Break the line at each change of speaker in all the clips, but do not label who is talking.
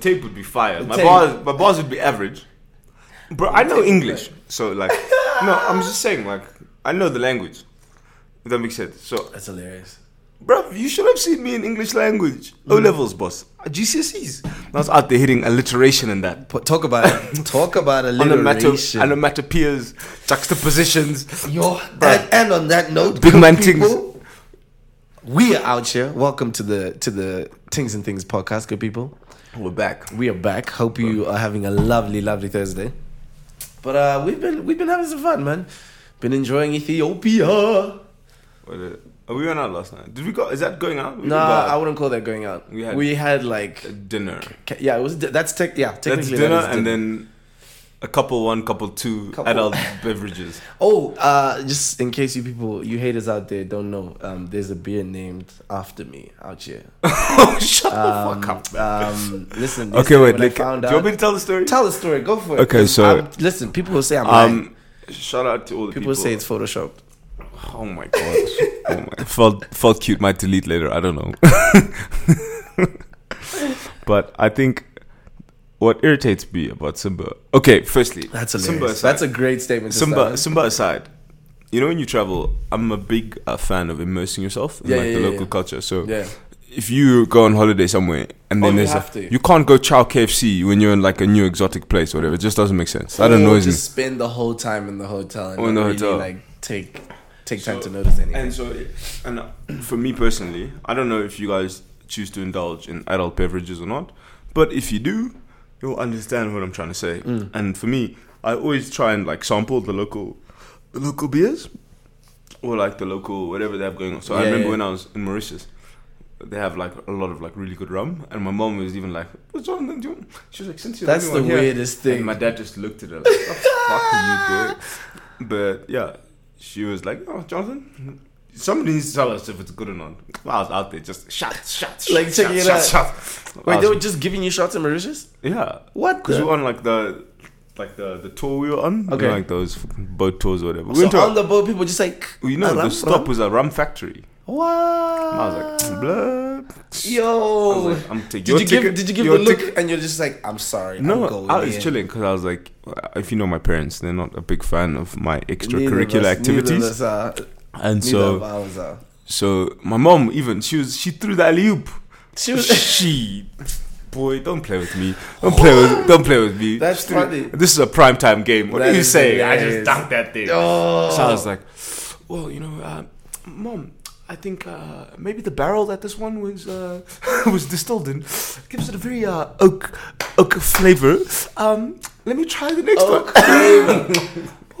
tape would be fire. My
tape.
bars, my bars would be average. Bro, I know English, so like, no, I'm just saying, like, I know the language. If that makes sense. So,
That's hilarious.
bro, you should have seen me in English language. O
Mm.
levels, boss. GCSEs. I was out there hitting alliteration and that.
But talk about it. talk about
Onomatopoeias,
alliteration.
onomatopoeias, juxtapositions.
Yo, that, and on that note,
Big
good
man
people, We are out here. Welcome to the to the Tings and Things podcast, good people.
We're back.
We are back. Hope you are having a lovely, lovely Thursday. But uh, we've been we've been having some fun, man. Been enjoying Ethiopia.
What is- oh, we went out last night. Did we go? Is that going out? We didn't go
Nah,
out.
I wouldn't call that going out.
We
We
had-
had, like
dinner.
ca- yeah, it was di- that's tech yeah
That's
technically
dinner,
that is
and
dinner.
then a couple one, couple two
Couple.
adult beverages.
oh uh, just in case you people you haters out there don't know um, there's a beer named after me out here.
oh, shut
Um,
the fuck up.
um, listen.
Okay,
yesterday
wait.
when I
Like,
found
do you want me to
out,
tell the story?
tell the story. Go for it.
Okay,
'cause
so-
I'm- listen, people will say I'm lying.
um, shout out to all the people.
People say it's photoshopped.
Oh my god. oh my. Felt felt cute. Might delete later. I don't know. but I think what irritates me about Simba. Okay, firstly,
That's
Simba.
hilarious.
aside-
That's a great statement. To
Simba,
start.
Simba aside, you know when you travel, I'm a big uh, fan of immersing yourself in
Yeah,
like
yeah,
the
yeah,
local
yeah.
culture. So
Yeah.
if you go on holiday somewhere and then
Oh, you
there's
have
a,
to.
you can't go chow KFC when you're in like a new exotic place or whatever. It just doesn't make sense. That
Or
annoys me.
Just spend the whole time in the hotel and
Or in the
not really,
hotel.
like take take time
So-
to notice anything.
And so, and for me personally, I don't know if you guys choose to indulge in adult beverages or not, but if you do, you'll understand what I'm trying to say.
Mm.
And for me, I always try and like sample the local, the local beers, or like the local whatever they have going on. So I
Yeah,
remember
yeah.
when I was in Mauritius. They have like a lot of like really good rum, and my mom was even like, "What's wrong with you?" She was like, "Since you're
That's
only
the
one here."
weirdest thing.
And my dad just looked at her like, what the fuck are you doing? But yeah, she was like, oh, Jonathan, somebody needs to tell us if it's good or not. I was out there just shut, shut, shut,
Like,
shut,
checking it
shut,
out.
shut. I
Wait,
was-
they were just giving you shots in Mauritius?
yeah,
What?
because
the-
we were on like the, like the the tour we were on. You
Okay.
know, like those fucking boat tours or whatever. We
so
went to a-
on the boat, people just like
you know, the
"Alam,
stop
bro."
was a rum factory.
What?
And I was like, blah. I
yo.
was like, I'm taking
did
your
you
ticket,
give? Did you give
your
the look?
ticket.
And you're just like, I'm sorry. I'm
No,
going
I was
in."
chilling because I was like, if you know my parents, they're not a big fan of my
Neither of
extracurricular
us-
activities.
Neither of us are.
And
Neither of
so,
ours uh. are.
so my mom even she was she threw the alley oop.
She was-
she, boy, don't play with me. Don't play with don't play with me.
That's
She threw-
funny.
This is a prime time game. What
That
are you
is
saying? I
hilarious.
just dunked that thing.
Oh.
So I was like, well, you know, uh, mom. I think uh, maybe the barrel that this one was uh, was distilled in gives it a very uh, oak oak flavor. Um, let me try the next one.
Oh.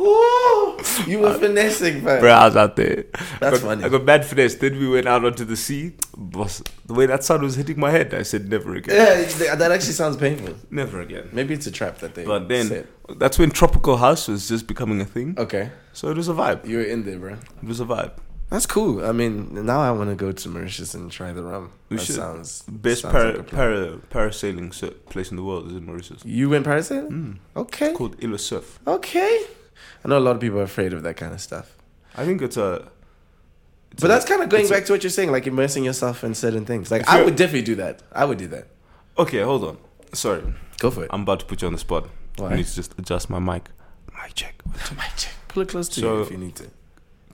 Oh.
Ooh, you were finessing, man.
Bro, I was out there. I
That's
got,
funny.
I got mad finesse. Then we went out onto the sea. Boss, the way that sun was hitting my head, I said, never again.
Yeah, th- that actually sounds painful.
Never again.
Maybe it's a trap that they.
But then,
set.
that's when Tropical House was just becoming a thing.
okay,
So it was a vibe.
you were in there, bro.
It was a vibe.
That's cool. I mean, now I want to go to Mauritius and try the rum.
We
that
should.
sounds
Best
sounds
para,
like a plan.
para, parasailing sur- place in the world is in Mauritius.
You went parasailing?
Mm.
Okay.
It's called Ilo Surf.
Okay. I know a lot of people are afraid of that kind of stuff.
I think it's a. it's
But
a-
that's kind of going
it's a-
back to what you're saying, like immersing yourself in certain things. Like
If
I
you're-
would definitely do that. I would do that.
okay, hold on. Sorry.
Go for it.
I'm about to put you on the spot.
Why?
I need to just adjust my mic. Mic check.
Pull it close to
So-
you if you need to.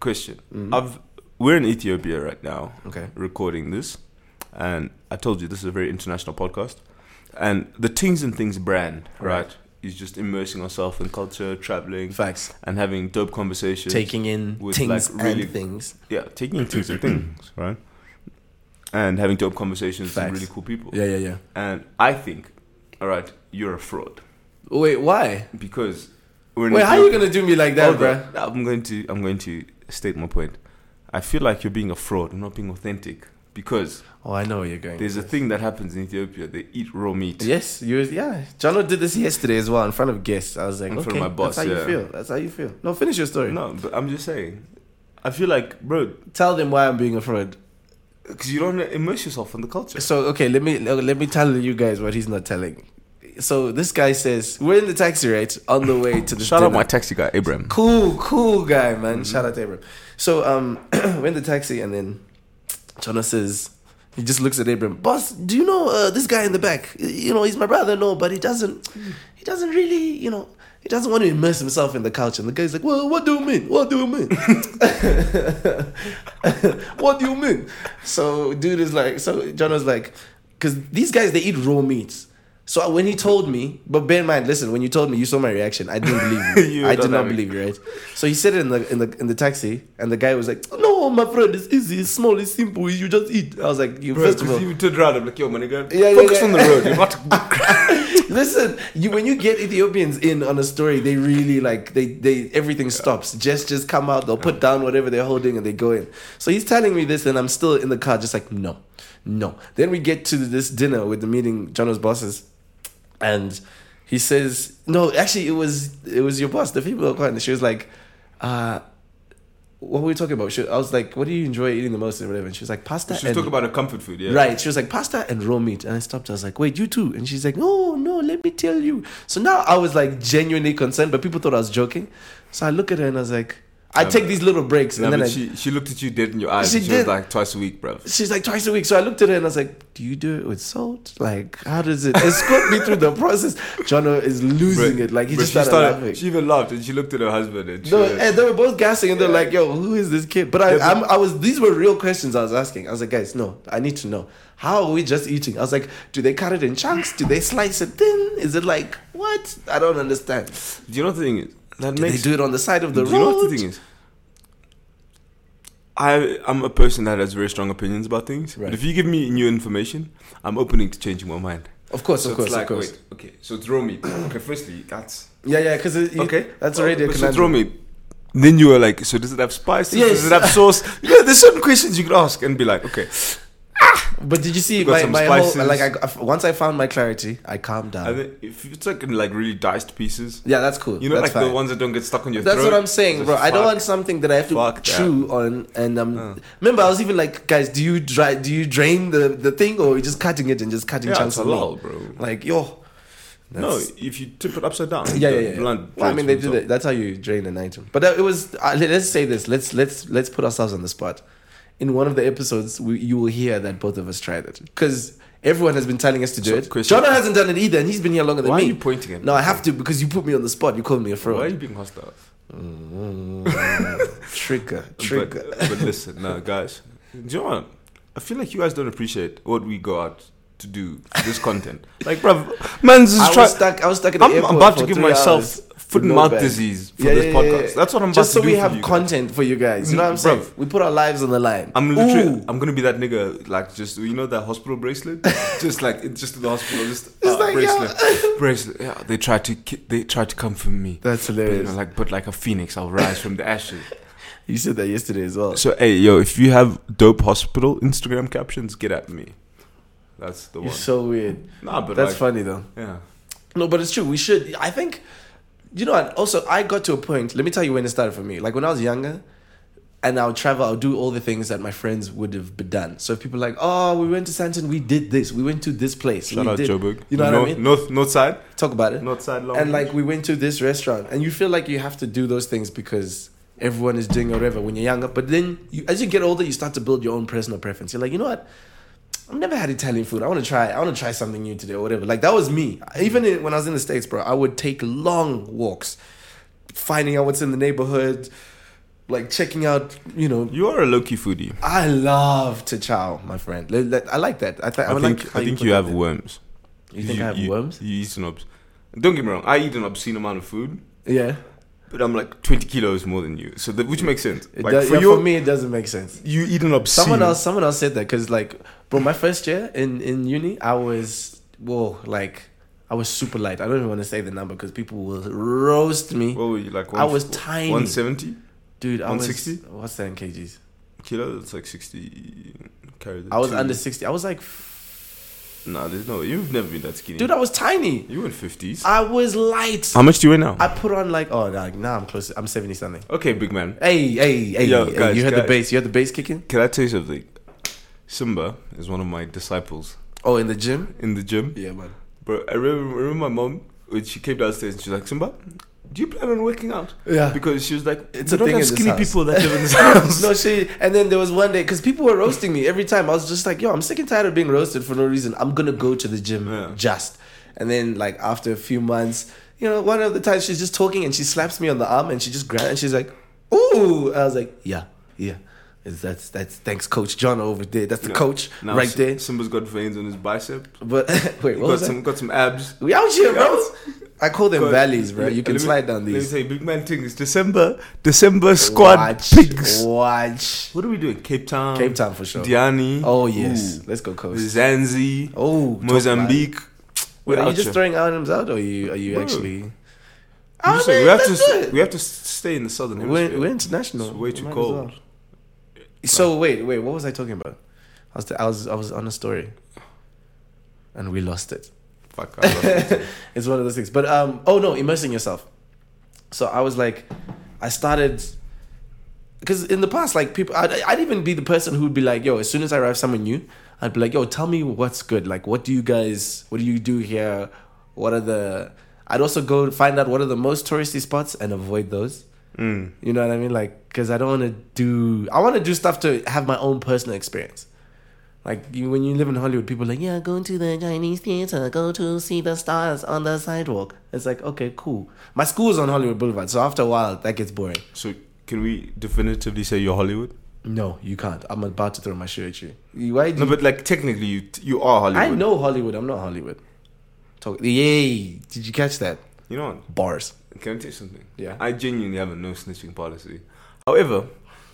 Question.
Mhm.
I've we're in Ethiopia right now
Okay.
recording this and I told you this is a very international podcast and the Things and Things brand, right,
Right.
is just immersing ourselves in culture, traveling
Facts.
and having dope conversations.
Taking in
With,
things
like, really-
and things.
yeah, taking in things and things, right? And having dope conversations
Facts.
with really cool people.
Yeah, yeah, yeah.
And I think, all right, you're a fraud
Wait, why?
because we're in
Wait, how are you
Ethiopia-
gonna do me like that,
Hold on.
bruh?
I'm going to I'm going to state my point. I feel like you're being a fraud and not being authentic because
Oh, I know where you're going.
there's a thing that happens in Ethiopia. They eat raw meat.
Yes, you. Yeah, Jono did this yesterday as well in front of guests. I was like,
In front
okay,
of my boss,
that's how
yeah.
you feel. That's how you feel. No, finish your story.
No, but I'm just saying. I feel like, bro,
Tell them why I'm being a fraud.
because you don't immerse yourself in the culture.
So okay, let me let me tell you guys what he's not telling. So this guy says we're in the taxi right on the way to the
Shout out
dinner.
my taxi guy, Abraham.
cool cool guy man. Shout out to Abram. So um, we're in the taxi and then Jonas says He just looks at Abram. Boss, do you know uh, this guy in the back? You know, he's my brother, no, but he doesn't. He doesn't really, you know, he doesn't want to immerse himself in the culture. And the guy's like, well, what do you mean? What do you mean? what do you mean? So dude is like, so John was like, because these guys they eat raw meats. So when he told me, but bear in mind, listen, when you told me, you saw my reaction. I didn't believe you.
You
I did not
dynamic.
believe you, right? So he said it in the in the in the taxi, and the guy was like, "No, my friend, it's easy, it's small, it's simple. You just eat." I was like, "You
Bro,
first of
because
all,
you turned around, I'm like, yo, my nigga,
Yeah, yeah,
focus
yeah.
on the road. You're not.
Listen, you when you get Ethiopians in on a story, they really like they they everything stops. Gestures come out, they'll put down whatever they're holding and they go in. So he's telling me this and I'm still in the car just like no. No. Then we get to this dinner with the meeting Jono's bosses and he says no, actually it was it was your boss, the female client. She was like uh what were we talking about? She, I was like, "What do you enjoy eating the most?" or whatever. And she was like, "Pasta."
She's
and
talking about her comfort food, yeah.
Right. She was like, pasta and raw meat. And I stopped. I was like, wait, you too? And she's like, no, no, let me tell you. So now I was like genuinely concerned, but people thought I was joking. So I look at her and I was like, I
Yeah,
take
but-
these little breaks.
Nah,
and then
but
I,
she, she looked at you dead in your eyes.
She
She, she was
did.
like, twice a week, bro.
she's like, twice a week. So I looked at her and I was like, do you do it with salt? Like, how does it escort me through the process? Jono is losing it. Like, he just
she
started, laughing.
She even laughed and she looked at her husband and she
No,
was-
and they were both gassing, and they're like, "Yo, who is this kid?" But I,
Yeah,
I'm, I was. These were real questions I was asking. I was like, "Guys, no, I need to know. How are we just eating?" I was like, "Do they cut it in chunks? Do they slice it thin? Is it like what? I don't understand.
Do you know what the thing is? That
Do
makes
they do it on the side of the
Do you
road?
know what the thing is? I I'm a person that has very strong opinions about things.
Right.
But if you give me new information, I'm opening to changing my mind.
Of course, of course,
it's like,
of course.
wait, okay, so it's raw meat. okay, firstly, that's
Yeah, yeah, because okay, that's already a
But so it's raw
conundrum.
meat. Then you were like, so does it have spices?
Yes.
Does it have sauce? You know, there's certain questions you could ask and be like, okay.
But did you see
Got
my,
some
my whole
spices.
like? I, I- once I found my clarity, I calmed down.
And then if it's like in like really diced pieces,
yeah, that's cool.
you know,
that's
like
fine.
the ones that don't get stuck on your
That's
throat.
what I'm saying,
Just
bro. I don't
fuck.
want something that I have to
Fuck that.
chew on. And um, remember, I was even like, guys, do you dry, do you drain the, the thing, or are you just cutting it and just cutting
Yeah,
chunks
it's
of meat?
halal, bro.
Like yo,
No,
that's-
if you tip it upside down,
yeah,
the
yeah, yeah.
blunt
Well, I
drops
mean, they
from
do
top.
that. That's how you drain an item. But that, it was. Uh, let- let's say this. Let's let's let's put ourselves on the spot. In one of the episodes, we, you will hear that both of us tried it because everyone has been telling us to do
So,
it.
Christian-
Jonah hasn't done it either, and he's been here longer than
Why
me.
are you pointing at me?
No, I have to because you put me on the spot. You called me a fraud.
Why are you being hostile?
Trigger,
But-
trigger.
But, listen, no, guys. Do you know what? I feel like you guys don't appreciate what we go out to do for this content. Like, bruv, man's
I
just trying.
was stuck. I was stuck at the
I'm
airport
about to
for
give
three
myself
hours
foot
with
and
no
mouth
bag.
disease for
Yeah,
this
yeah, yeah,
podcast.
yeah.
That's what I'm about
Just
to
so
do
we
for
have
you guys.
content for you guys. You know what I'm
Mm,
saying?
bruv.
We put our lives on the line.
I'm literally,
Ooh.
I'm gonna be that nigga, like just you know that hospital bracelet, just like it's just in the hospital, just uh,
like,
bracelet, bracelet. Yeah, they try to ki- they try to come for me,
That's
but, you
hilarious.
know, like but like a phoenix, I'll rise from the ashes.
You said that yesterday as well.
So hey, yo, if you have dope hospital Instagram captions, get at me. That's the
You're
one.
so weird.
nah, but
That's
like,
funny though.
Yeah.
No, but it's true. We should. I think. You know what? Also, I got to a point. Let me tell you when it started for me. Like when I was younger, and I would travel. I would do all the things that my friends would have been done. So if people are like, oh, we went to Santon, we did this, we went to this place,
Shout
we
out
did.
Joburg.
You know what I
North-
mean?
North North Side,
Talk about it.
North Side Long.
and like we went to this restaurant and you feel like you have to do those things because everyone is doing whatever when you're younger but then you, as you get older you start to build your own personal preference you're like you know what i've never had italian food i want to try i want to try something new today or whatever like that was me even in, when i was in the states bro i would take long walks finding out what's in the neighborhood like checking out you know
you are a low key foodie.
i love to chow my friend Li- li- i like that i, th- I,
I,
would
think
like how
I think
put
you
that
have
there.
worms.
you think i have
you,
worms
You eat an obs- Don't get me wrong. I eat an obscene amount of food,
yeah
but I'm like 20 kilos more than you. So that, which makes sense.
it
Like
does,
for
yeah,
you,
for me it doesn't make sense
you eat an obscene.
Someone else, someone else said that because, like, bro, my first year in in uni, I was whoa, like, I was super light. I don't even want to say the number because people will roast me,
What were you like?
I was tiny.
170
dude. I was
160?
what's that in kgs?
kilos. That's like 60. Carry the
I was
two.
under sixty. I was like, f-
Nah, there's no. way. You've never been that skinny.
dude, I was tiny.
you were in 50s.
I was light.
How much do you weigh now?
I put on like, oh, nah, nah I'm close. I'm seventy something.
okay, big man.
Hey, hey, hey,
Yo,
hey,
guys,
you heard the
guys.
bass? You heard the bass kicking?
Can I tell you something? Simba is one of my disciples
Oh, in the gym?
in the gym.
Yeah, man.
Bro, I remember, I remember my mom when she came downstairs and she's like, Simba, do you plan on working out?
Yeah.
Because she was like, it's
It's a
we don't
thing
have
in this
skinny
house."
people that live in this house.
no shit. And then there was one day because people were roasting me every time. I was just like, yo, I'm sick and tired of being roasted for no reason. I'm gonna go to the gym
Yeah.
just. And then like after a few months, you know, one of the times she's just talking and she slaps me on the arm and she just grabs and she's like, ooh. I was like, yeah, yeah. It's- That's that's thanks, Coach John over there. That's the
No.
coach
Now
right
Sim-
there.
Simba's got veins on his bicep.
But wait, what
Got
was that?
some, got some abs.
We out here, bro. I call them
Got-
valleys, bro.
Let-
You can
let me-
slide down
Let me
these.
tell you, big man thing is December. December squad
watch,
pigs.
watch.
What are we doing? Cape Town.
Cape Town for sure.
Diani.
Oh yes,
Ooh.
let's go coast.
Zanzi.
Oh, top
Mozambique.
line. Wait, are
Without
you just
you.
throwing items out, or you are you
Bro.
actually?
You
I
just-
mean,
we have to.
let's do
s-
it.
We have to s- stay in the southern
We're,
hemisphere.
we're international.
It's way too
Might as
cold.
well. So wait, wait, what was I talking about? I was I was I was on a story, and we lost it.
Fuck. I love it.
it's one of those things. But um, oh no, immersing yourself. So I was like, I started because in the past, like people, I'd, I'd even be the person who'd be like, yo, as soon as I arrive somewhere new, I'd be like, yo, tell me what's good. Like, what do you guys, what do you do here? What are the? I'd also go find out what are the most touristy spots and avoid those.
Mm.
You know what I mean? Like, because I don't want to do. I want to do stuff to have my own personal experience. Like you, when you live in Hollywood, people are like, yeah, go to the Chinese theater, go to see the stars on the sidewalk. It's like, okay, cool. My school's on Hollywood Boulevard, so after a while, that gets boring.
So can we definitively say you're Hollywood?
No, you can't. I'm about to throw my shoe at you. You- Why do
No,
you-
but like technically, you you are Hollywood.
I know Hollywood. I'm not Hollywood. Talk. Yay! Did you catch that?
You know what?
Bars.
Can I tell you something?
Yeah.
I genuinely have a no snitching policy. However,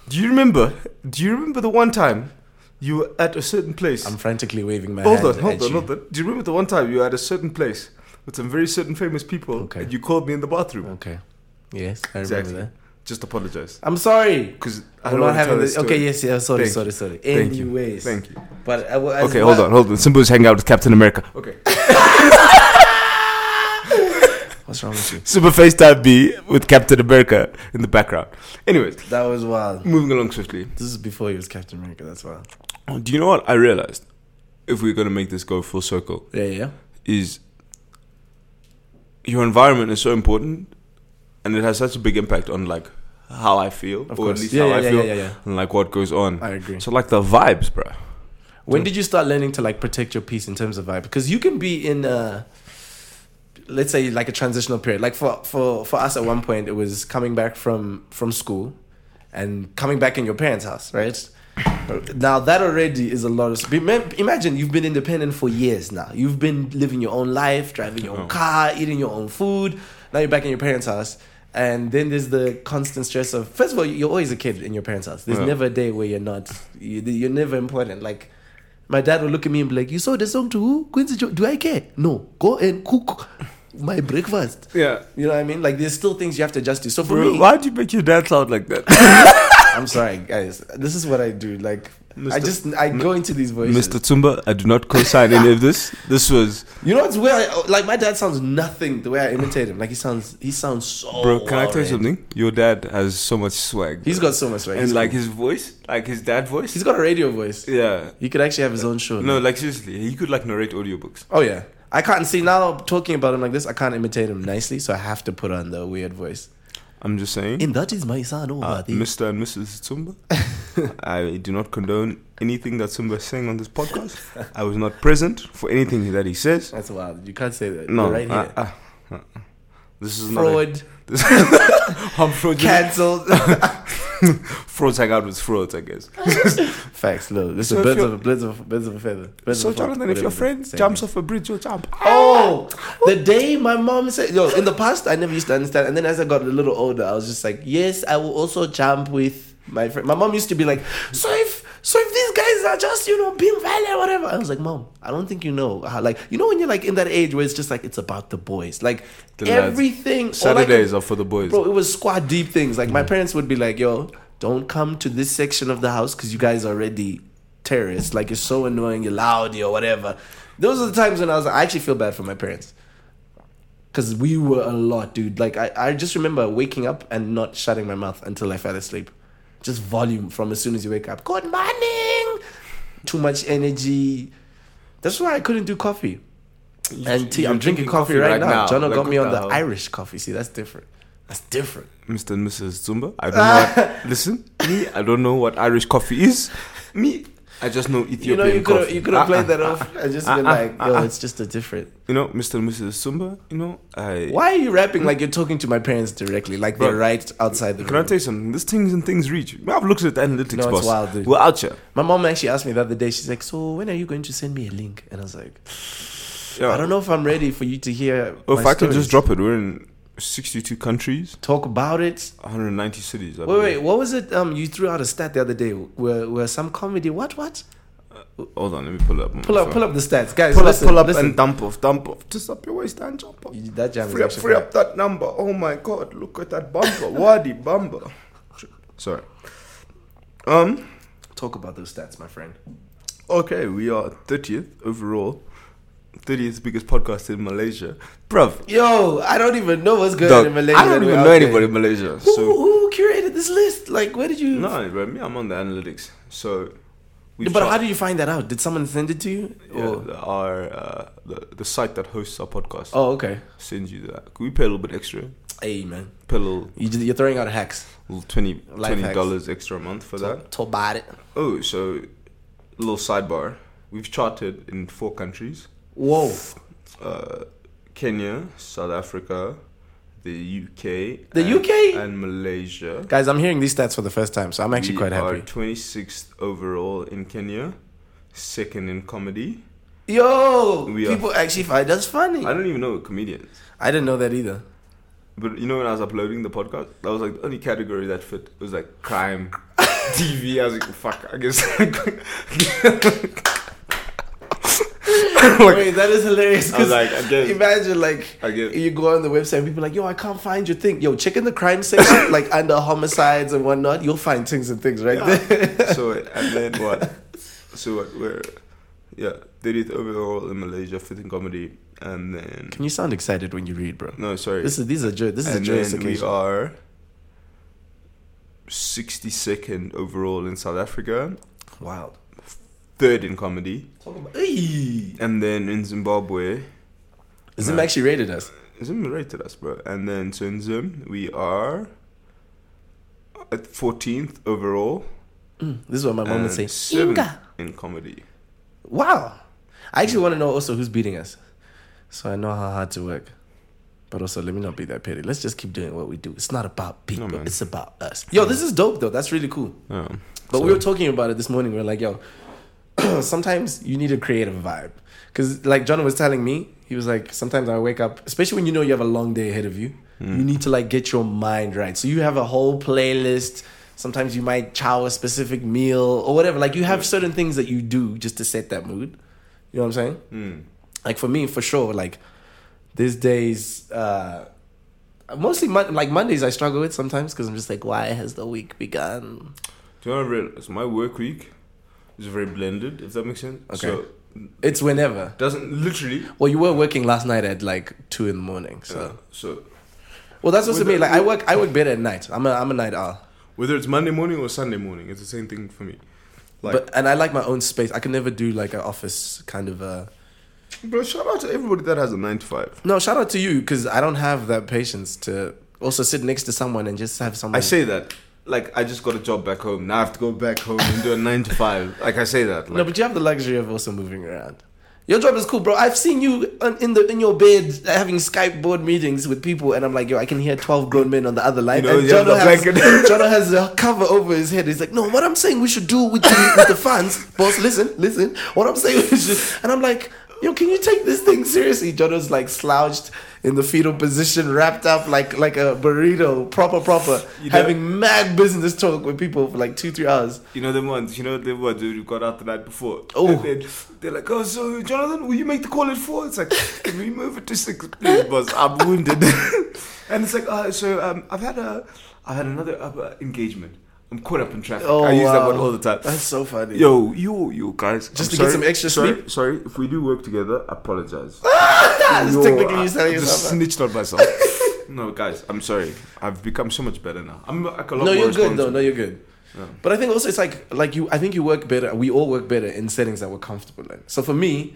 do you remember? Do you remember the one time you were at a certain place?
I'm frantically waving my
hold
hand
on,
at
hold on,
you.
hold on. Do you remember the one time you were at a certain place with some very certain famous people,
Okay.
and you called me in the bathroom?
Okay. Yes, I remember
Exactly.
that.
Just apologize,
I'm sorry.
because I
I'm
don't
not
want to tell
having
this.
this. Okay,
story.
yes, yeah. Sorry,
Thank
sorry, sorry.
Thank you.
Anyways,
Thank you.
But I, wa- as
Okay,
well-
hold on, hold on. Simba's hang out with Captain America. Okay.
What's wrong with you?
Simba FaceTime B with Captain America in the background. Anyways,
That was wild.
moving along swiftly.
This is before he was Captain America. That's wild.
Do you know what I realized? If we're gonna make this go full circle,
Yeah, yeah.
is your environment is so important, and it has such a big impact on like how I feel,
Of
or
course.
at least
Yeah,
how
yeah,
I
yeah,
feel,
yeah, yeah.
and like what goes on.
I agree.
So like the vibes, bro.
When did you start learning to like protect your peace in terms of vibe? Because you can be in a, let's say like a transitional period. Like for for for us at one point it was coming back from from school, and coming back in your parents' house, right? Now that already is a lot of. remem- Imagine you've been independent for years now. You've been living your own life, driving your own
Oh.
car, eating your own food. Now you're back in your parents' house. And then there's the constant stress of first of all you're always a kid in your parents' house. There's
Yeah.
never a day where you're not. You, you're never important. Like my dad would look at me and be like, "You saw the song to who? Quincy Jones? Do I care? No. Go and cook my breakfast."
Yeah.
You know what I mean? Like there's still things you have to adjust to. So for
Bro,
me,
why'd you make your dad sound like that?
I'm sorry, guys. This is what I do. Like I
Mr.
just I go into these voices.
Mr. Tumba, I do not co sign any of this. This was
You know what's weird? Like my dad sounds nothing the way I imitate him. Like he sounds he sounds so.
Bro, can I tell you
well-read.
something? Your dad has so much swag.
He's got so much right.
and like his voice, like his dad voice.
he's got a radio voice.
yeah.
He could actually have his own show.
No, like seriously, he could like narrate audiobooks.
Oh yeah. I can't see now talking about him like this. I can't imitate him nicely, so I have to put on the weird voice.
I'm just saying.
And that is my son oh, over
Uh,
there.
Mr. and Mrs. Tsumba, I do not condone anything that Tsumba is saying on this podcast. I was not present for anything that he says.
That's wild. You can't say that.
No,
You're right
uh,
here.
uh, uh, uh. this is not
Fraud
a, this, I'm fraudulent.
cancelled.
Frauds hang out with frauds, I guess.
Facts, no. This
So
is
if
birds
you're-
of a birds of a- birds of a feather. Birds
So,
of a flock,
Jonathan, if
whatever
your
the
friend
saying
jumps
is.
off a bridge, you'll jump.
Oh, the day my mom said, yo, in the past, I never used to understand. And then as I got a little older, I was just like, yes, I will also jump with my friend. My mom used to be like, so if, so if these guys are just, you know, being violent, whatever. I was like, mom, I don't think you know. How, like, you know, when you're like in that age where it's just like, it's about the boys. Like,
The lads.
everything. all I
Saturdays
can-
are for the boys.
Bro, it was squad deep things. Like, my parents would be like, yo, don't come to this section of the house because you guys are already terrorists. Like, you're so annoying, you're loud, you're whatever. Those are the times when I was like, I actually feel bad for my parents. Because we were a lot, dude. Like, I, I just remember waking up and not shutting my mouth until I fell asleep. Just volume from as soon as you wake up. Good morning! Too much energy. That's why I couldn't do coffee. And tea.
you're
I'm drinking, coffee, right, now. Jono
Like,
got me
what
on
the
the
hell?
Irish coffee. See, that's different. That's different.
Mr. and Mrs. Zumba. I don't know. What, listen, me, I don't know what Irish coffee is. Me, I just know Ethiopian
You know, you could have
coffee.
you could have
Ah,
played
ah,
that
ah,
off and just
ah,
been
ah,
like,
ah,
yo,
ah.
it's just a different.
You know, Mr. and Mrs. Zumba. You know, I.
Why are you rapping like you're talking to my parents directly? Like they're
Bro,
right outside the
Can I
room.
tell you something? This things and things reach. I've looked at the analytics,
No, it's
boss.
wild, dude.
We're out here.
my mom actually asked me the other day. She's like, "So when are you going to send me a link?" And I was like,
Yeah.
"I don't know if I'm ready for you to hear."
Well, if
my
I could
stories."
just drop it, we're in 62 countries,
talk about it.
190 cities. I
Wait,
believe.
wait, what was it? Um, you threw out a stat the other day where, where some comedy. What, what?
Hold on, let me pull it up. on my
Pull up,
phone.
pull up the stats, guys.
Pull
listen,
up, pull up,
listen.
and dump off, dump off. Just up your waist and jump off.
You- that jam is
free up,
actually
free
fire.
up that number. Oh my god, look at that bumper. Wadi bumper. Sorry. Um.
Talk about those stats, my friend.
Okay, we are 30th overall. 30th biggest podcast in Malaysia. Bruv.
Yo, I don't even know what's good
dog,
in Malaysia.
I don't
that
even
we're
know
out
anybody
there.
in Malaysia.
Who,
so
who curated this list? Like, where did you?
No, bro, me, I'm on the analytics. So, we
but
try-
how do you find that out? Did someone send it to you? Oh.
yeah,
Or-
the- our uh, the, the site that hosts our podcast
Oh, okay.
sends you that. Could we pay a little bit extra?
Hey, man,
Pay a little,
you, just- you're throwing out hacks.
little 20
Life hacks.
dollars extra a month for that.
Talk about it.
Oh, so a little sidebar. We've charted in four countries:
Whoa,
uh, Kenya, South Africa, the UK,
The
and-
UK?
and Malaysia.
guys, I'm hearing these stats for the first time, so I'm actually
we
quite happy.
Are 26th overall in Kenya, second in comedy.
Yo,
We are-
people actually find that's funny.
I don't even know comedians.
I didn't know that either.
But you know, when I was uploading the podcast, that was like the only category that fit. It was like crime, TV. I was like, fuck, I guess. like,
Wait, that is hilarious.
I was
'cause
like, I guess-
imagine like
I guess-
you go on the website and people are like, yo, I can't find your thing. Yo, check in the crime section, like under homicides and whatnot. You'll find things and things right there.
so, and then what? So, what, we're, yeah, did it overall in Malaysia, fitting comedy. And then,
Can you sound excited when you read, bro?
no, sorry.
This is these are jo- this is
and
a joyous
then we
occasion.
are 62nd overall in South Africa,
Wild.
third in comedy.
Talk about. Eey.
And then in Zimbabwe,
Zim
No.
actually rated us.
Zim rated us, bro. And then so in Zim, we are at 14th overall.
This is what my mom would
and
say.
seventh
Inga.
in comedy.
Wow. I actually want to know also who's beating us, so I know how hard to work. But also, let me not be that petty. Let's just keep doing what we do. It's not about people.
man.
it's about us. Yo, this is dope though. That's really cool.
Yeah.
Oh. But we were talking about it this morning. We were like, yo, sometimes you need a creative vibe. Because, like, John was telling me, he was like, sometimes I wake up, especially when you know you have a long day ahead of you, you need to, like, get your mind right. So you have a whole playlist. Sometimes you might chow a specific meal or whatever. Like, you have certain things that you do just to set that mood. You know what I'm saying?
Mm.
like for me for sure like these days uh mostly mon- like mondays i struggle with sometimes because i'm just like why has the week begun
Do you know what I realized? My work week is very blended, if that makes sense.
Okay.
So
it's whenever
doesn't literally.
well you were working last night at like two in the morning so
So, so
well that's also
With
me
the-
like i work i work better at night i'm a i'm a night owl
whether it's Monday morning or Sunday morning, it's the same thing for me. Like,
but and i like my own space i can never do like an office kind of uh
bro, shout out to everybody that has a nine to five.
no shout out to you because i don't have that patience to also sit next to someone and just have someone
I say that. Like I just got a job back home. Now I have to go back home and do a nine to five. Like I say that. Like,
no, but you have the luxury of also moving around. Your job is cool, bro. I've seen you on- in the in your bed uh, having Skype board meetings with people, and I'm like, yo, I can hear twelve grown men on the other line.
You know,
and
you have the
Jono has,
blanket.
Jono has a cover over his head. He's like, no, what I'm saying we should do with the, with the fans, boss. Listen, listen. What I'm saying we should, and I'm like, yo, can you take this thing seriously? Jono's like slouched in the fetal position, wrapped up like like a burrito, proper proper,
You know-
having mad business talk with people for like two three hours.
You know them ones. You know them ones who got out the night before.
Oh.
And then they're like, oh, so Jonathan, will you make the call at four? It's like, can we move it to six, please, boss? I'm wounded. and it's like, oh, so um, I've had a, I've had another uh, uh, engagement. I'm caught up in traffic.
Oh,
I use that
wow.
one all the time.
That's so funny.
Yo, you, you guys.
Just to get some extra
sorry,
sleep?
Sorry, if we do work together, I apologize.
That's
Yo,
technically
I
you selling
just
yourself. out.
snitched on myself. no, guys, I'm sorry. I've become so much better now. I'm like a lot
No,
more
you're good
responsible.
though. No, you're good. But I think also it's like like you. I think you work better. We all work better in settings that we're comfortable in. So for me,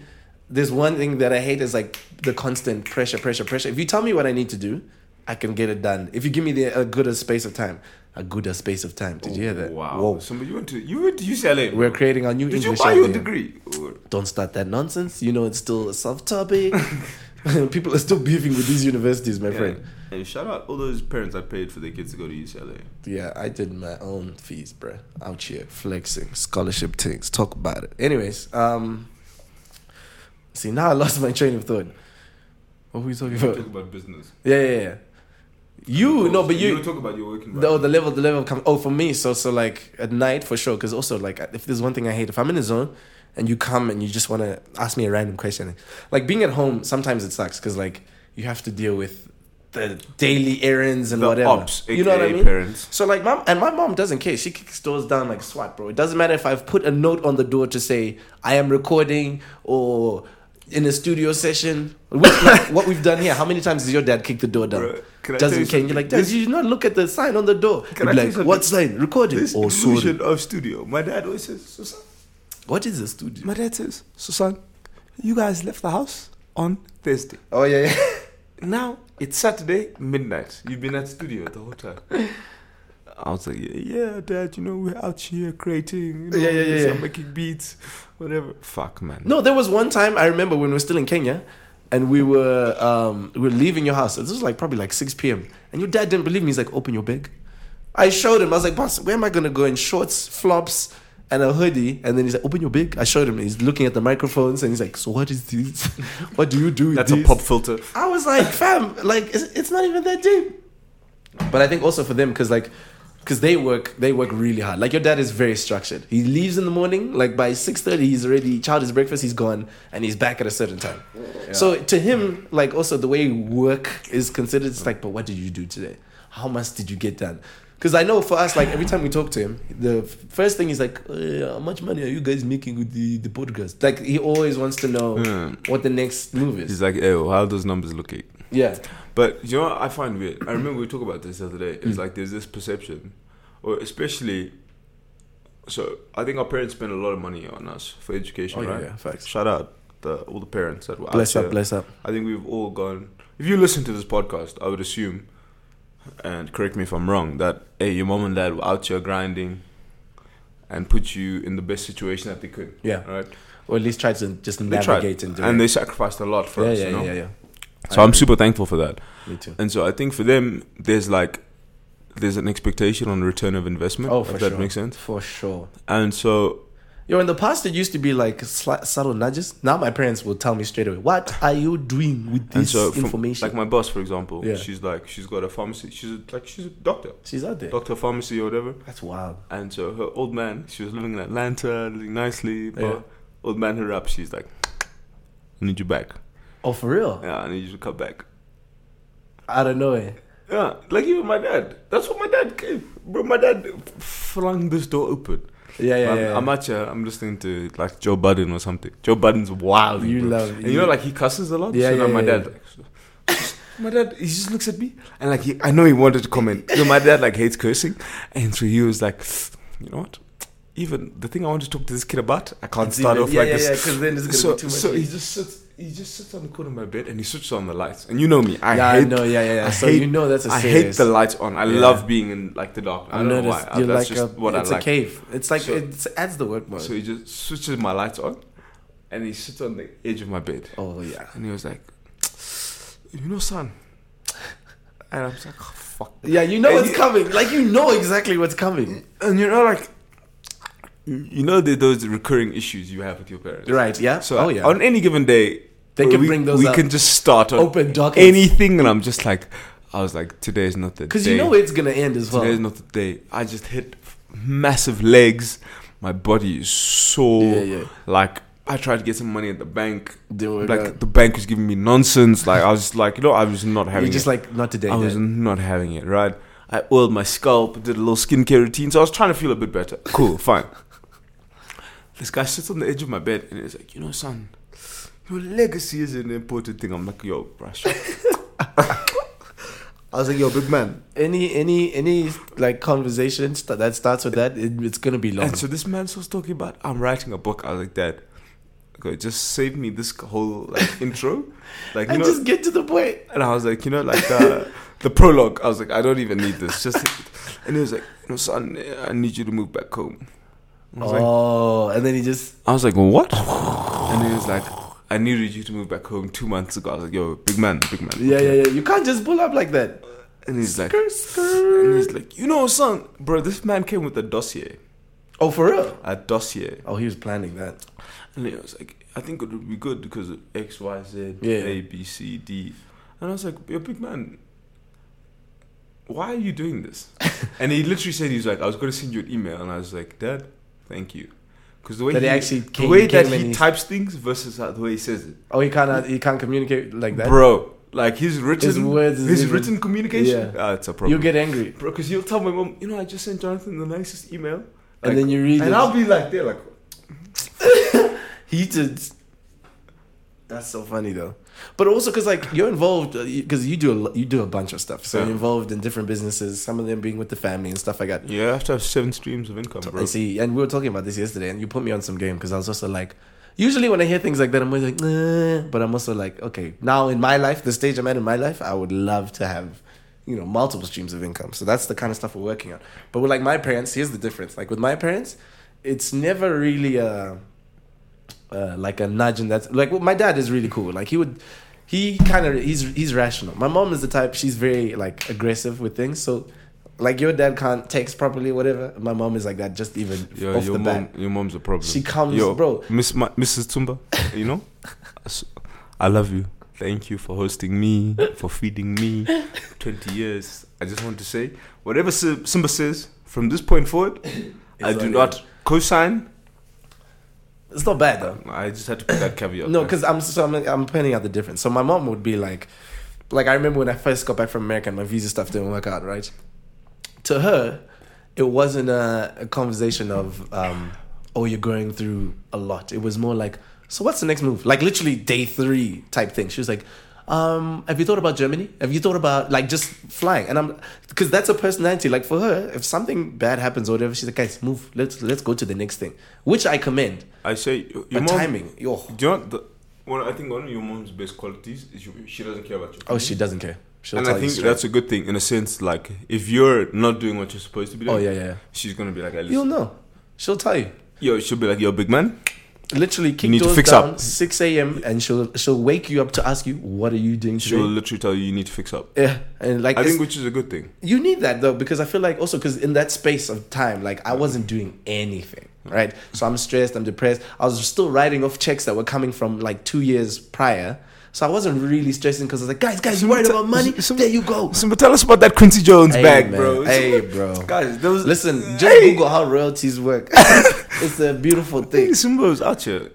there's one thing that I hate is like the constant pressure, pressure, pressure. If you tell me what I need to do, I can get it done. If you give me the a good a space of time, a good a space of time. Did you hear that?
Oh, Wow.
Whoa.
Somebody you went to you went to UCLA.
We're creating our new
Did you
English.
buy your
idea.
degree? Or-
Don't start that nonsense. You know it's still a soft topic. People are still beefing with these universities, my
Yeah.
friend.
And shout out all those parents that paid for their kids to go to UCLA.
Yeah, I did my own fees, bruh. Out here flexing scholarship things. Talk about it. Anyways, um, see now I lost my train of thought. What were we talking about?
Talk about business.
Yeah, yeah, yeah. You no, but
you
you
were talking about your working.
the, oh, the level the level of com- oh for me so so like at night for sure because also like if there's one thing I hate if I'm in a zone and you come and you just want to ask me a random question like being at home sometimes it sucks because like you have to deal with the daily errands and
The
whatever
ops,
you know what I
aka
mean
parents.
so like mom and my mom doesn't care she kicks doors down like SWAT bro it doesn't matter if I've put a note on the door to say I am recording or in a studio session Which, like, what we've done here how many times has your dad kicked the door down
Bro, can I tell
doesn't
you
care and you're
something?
like dad
This-
you did not look at the sign on the door
Can
You'd
I tell you
be like
something?
what sign recording
this
or
illusion
Oh, sorry
of studio. My dad always says, Susan.
what is a studio
My dad says, Susan, you guys left the house on Thursday.
oh yeah, yeah.
Now it's Saturday midnight. You've been at studio the whole time. I was like, yeah, dad, you know, we're out here creating, you know,
Yeah, yeah, yeah,
this,
yeah.
I'm making beats, whatever. Fuck, man.
no there was one time I remember when we were still in Kenya and we were um we were leaving your house this was like probably like 6 p.m and your dad didn't believe me he's like open your bag I showed him I was like boss where am I gonna go in shorts flops and a hoodie and then he's like open your bag I showed him he's looking at the microphones and he's like so what is this what do you do with
That's a
this?"
pop filter.
I was like, fam, like it's, it's not even that deep. But I think also for them, because like, because they work, they work really hard. Like your dad is very structured. He leaves in the morning, like by six thirty, he's already child his breakfast, he's gone, and he's back at a certain time. So to him, like also the way work is considered, it's like, but what did you do today? How much did you get done? Because I know for us, like every time we talk to him, the f- first thing is like, uh, how much money are you guys making with the, the podcast? Like he always wants to know
Mm.
what the next move is.
He's like, oh, how those numbers look like?
Yeah.
But you know what I find weird? I remember we talked about this the other day. It's like there's this perception, or especially. So I think our parents spend a lot of money on us for education,
Oh, yeah,
right?
yeah, facts.
Shout out the, all the parents that were
Bless
out
up,
here.
bless up.
I think we've all gone. If you listen to this podcast, I would assume, and correct me if I'm wrong, that hey, your mom and dad were out here grinding, and put you in the best situation that they could.
Yeah.
right.
Or at least try to just
They tried,
navigate and do
and
it.
they sacrificed a lot for
yeah,
us.
yeah,
you know?
yeah, yeah.
So I'm super thankful for that.
Me too.
And so I think for them, there's like there's an expectation on return of investment.
Oh, for
if that
sure.
makes sense.
For sure.
And so
Yo, in the past, it used to be like sli- subtle nudges. Now my parents will tell me straight away, "What are you doing with
and
this
so from-
information?"
like my boss, for example,
Yeah.
she's like she's got a pharmacy. She's a, like she's a doctor,
She's out there.
doctor of pharmacy or whatever.
That's wild.
And so her old man, she was living in Atlanta, living nicely. But
Yeah.
old man hit her up. She's like, I need you back.
Oh, for real?
Yeah, I need you to come back.
I don't know. Eh?
Yeah, like even my dad. That's what my dad came. Bro, my dad flung this door open.
Yeah, yeah,
I'm,
yeah.
I'm at ya, I'm listening to like Joe Budden or something. Joe Budden's wild.
You
bro.
love-
and
you-
you know, like he cusses a lot.
Yeah,
so
yeah,
now my
yeah,
dad, like, so- my dad, he just looks at me and like he, I know he wanted to comment. So my dad like hates cursing, and so he was like, you know what? Even the thing I want to talk to this kid about, I can't
It's
start
even-
off
yeah,
like
yeah,
this.
yeah, 'cause then it's gonna
so,
be too much
So he
heat.
just sits. He just sits on the corner of my bed and he switches on the lights. And you know me, I
yeah,
hate.
I know. Yeah, yeah, yeah.
I
so
hate-
you know that's a
I hate
serious.
the lights on. I
Yeah.
love being in like the dark. I
I've
don't know
noticed
why. I-
You're
That's
like
just
a,
what
it's
I
a
like.
cave. It's like
So-
it adds the work more.
So he just switches my lights on, and he sits on the edge of my bed,
oh yeah.
and he was like, "You know, son," and I was like, oh, "Fuck."
Yeah, you know
And
what's
you-
coming. Like you know exactly what's coming.
And you know, like, you know the, those recurring issues you have with your parents,
Right? Yeah.
So
oh yeah.
on any given day,
They can
we,
bring those
We
up.
can just start on
Open dockets.
anything, and I'm just like, I was like, today is not the day.
Because you know it's gonna end as well.
Today's not the day. I just hit massive legs. My body is sore.
Yeah, yeah.
Like I tried to get some money at the bank.
Didn't work
like
out.
the bank was giving me nonsense. Like I was just like, you know, I was not having
You're just
it.
like not today.
I was
Dad.
not having it, right? I oiled my scalp, did a little skincare routine, so I was trying to feel a bit better. Cool, fine. This guy sits on the edge of my bed and he's like, you know, son, your legacy is an important thing. I'm like, yo, brush. I was like, yo, big man,
any any any like conversation st- that starts with that, it, it's gonna be long.
And so this man was talking about, I'm writing a book. I was like, Dad, okay, just save me this whole like intro, like you
and
know.
just get to the point.
and I was like, you know, like the the prologue. I was like, I don't even need this. Just and he was like, no, son, I need you to move back home. I was like,
Oh, and then he just
I was like, what? And he was like, I needed you to move back home two months ago. I was like, yo, big man, big man.
yeah yeah yeah. You can't just pull up like that.
And he's like,
Skr, skr.
and he's like, you know, son, bro, this man came with a dossier,
Oh, for real?
a dossier.
Oh, he was planning that.
And it was like, I think it would be good because of X, Y, Z,
Yeah.
A, B, C, D. And I was like, yo, big man, why are you doing this? and he literally said, he was like, I was going to send you an email. And I was like, Dad, thank you. Because the way,
That
he,
he actually
the
came-
way that
came and
he
he-
types things versus how- the way he says it.
Oh, he can't he can't communicate like that.
Bro, like his written, his,
His words is even-
written communication,
Yeah.
ah, it's a problem.
You'll get angry,
Bro, because you'll tell my mom, you know, I just sent Jonathan the nicest email. Like,
and then you read
and
it.
I'll be like, there, like,
He just. That's so funny though, but also because like you're involved because you do a, lo- you do a bunch of stuff. So
Yeah.
you're involved in different businesses. Some of them being with the family and stuff like that.
you have to have seven streams of income, bro.
I see, and we were talking about this yesterday, and you put me on some game because I was also like, usually when I hear things like that, I'm always like, nah, but I'm also like, okay, now in my life, the stage I'm at in my life, I would love to have, you know, multiple streams of income. So that's the kind of stuff we're working on. But with like my parents, here's the difference. Like with my parents, it's never really a, uh, like a nudge, and that's like well, my dad is really cool. Like he would. He kind of he's he's rational. My mom is the type she's very like aggressive with things. So, like your dad can't text properly, whatever. My mom is like that, just even
Yo,
off
your
the
mom,
bat.
your mom's a problem.
She comes,
Yo,
bro.
Miss Ma- Mrs. Tumba, you know, S- I love you. Thank you for hosting me, for feeding me. Twenty years. I just want to say, whatever Si- Simba says from this point forward, I
It's
do
on
not co-sign.
It's not bad though.
I just had to put that caveat.
No,
there.
because I'm so I'm, I'm pointing out the difference. So my mom would be like, like I remember when I first got back from America and my visa stuff didn't work out, right? To her, it wasn't a, a conversation of, um, oh, you're going through a lot. It was more like, so what's the next move? Like literally day three type thing. She was like, um, have you thought about Germany? Have you thought about like just flying? And I'm because that's a personality. Like for her, if something bad happens or whatever, she's like, guys, move. Let's let's go to the next thing, which I commend.
I say your
But
mom.
timing, oh. yo.
Do you know what the, one? I think one of your mom's best qualities is you, she doesn't care about you.
Oh, she doesn't care. She'll
and
tell
I
you
think
straight.
that's a good thing in a sense. Like if you're not doing what you're supposed to be doing,
Oh yeah, yeah. yeah.
she's gonna be like, "Hey,
You'll
listen,
know. She'll tell you.
yo, she'll be like, yo, big man,
Literally, kick
need to
doors
fix
down
up.
six a.m. and she'll she'll wake you up to ask you what are you doing
she'll
today.
literally tell you you need to fix up.
Yeah, and like
I
it's-
think which is a good thing.
you need that though because I feel like also because in that space of time, like I wasn't doing anything, right? So I'm stressed, I'm depressed. I was still writing off checks that were coming from like two years prior. So I wasn't really stressing because I was like, guys, guys, you worried about money? There you go.
Simba, tell us about that Quincy Jones
Hey,
bag,
man.
bro.
Hey, bro.
Guys, there was
Listen, just
Hey.
Google how royalties work. it's a beautiful thing.
Hey, Simba was out here.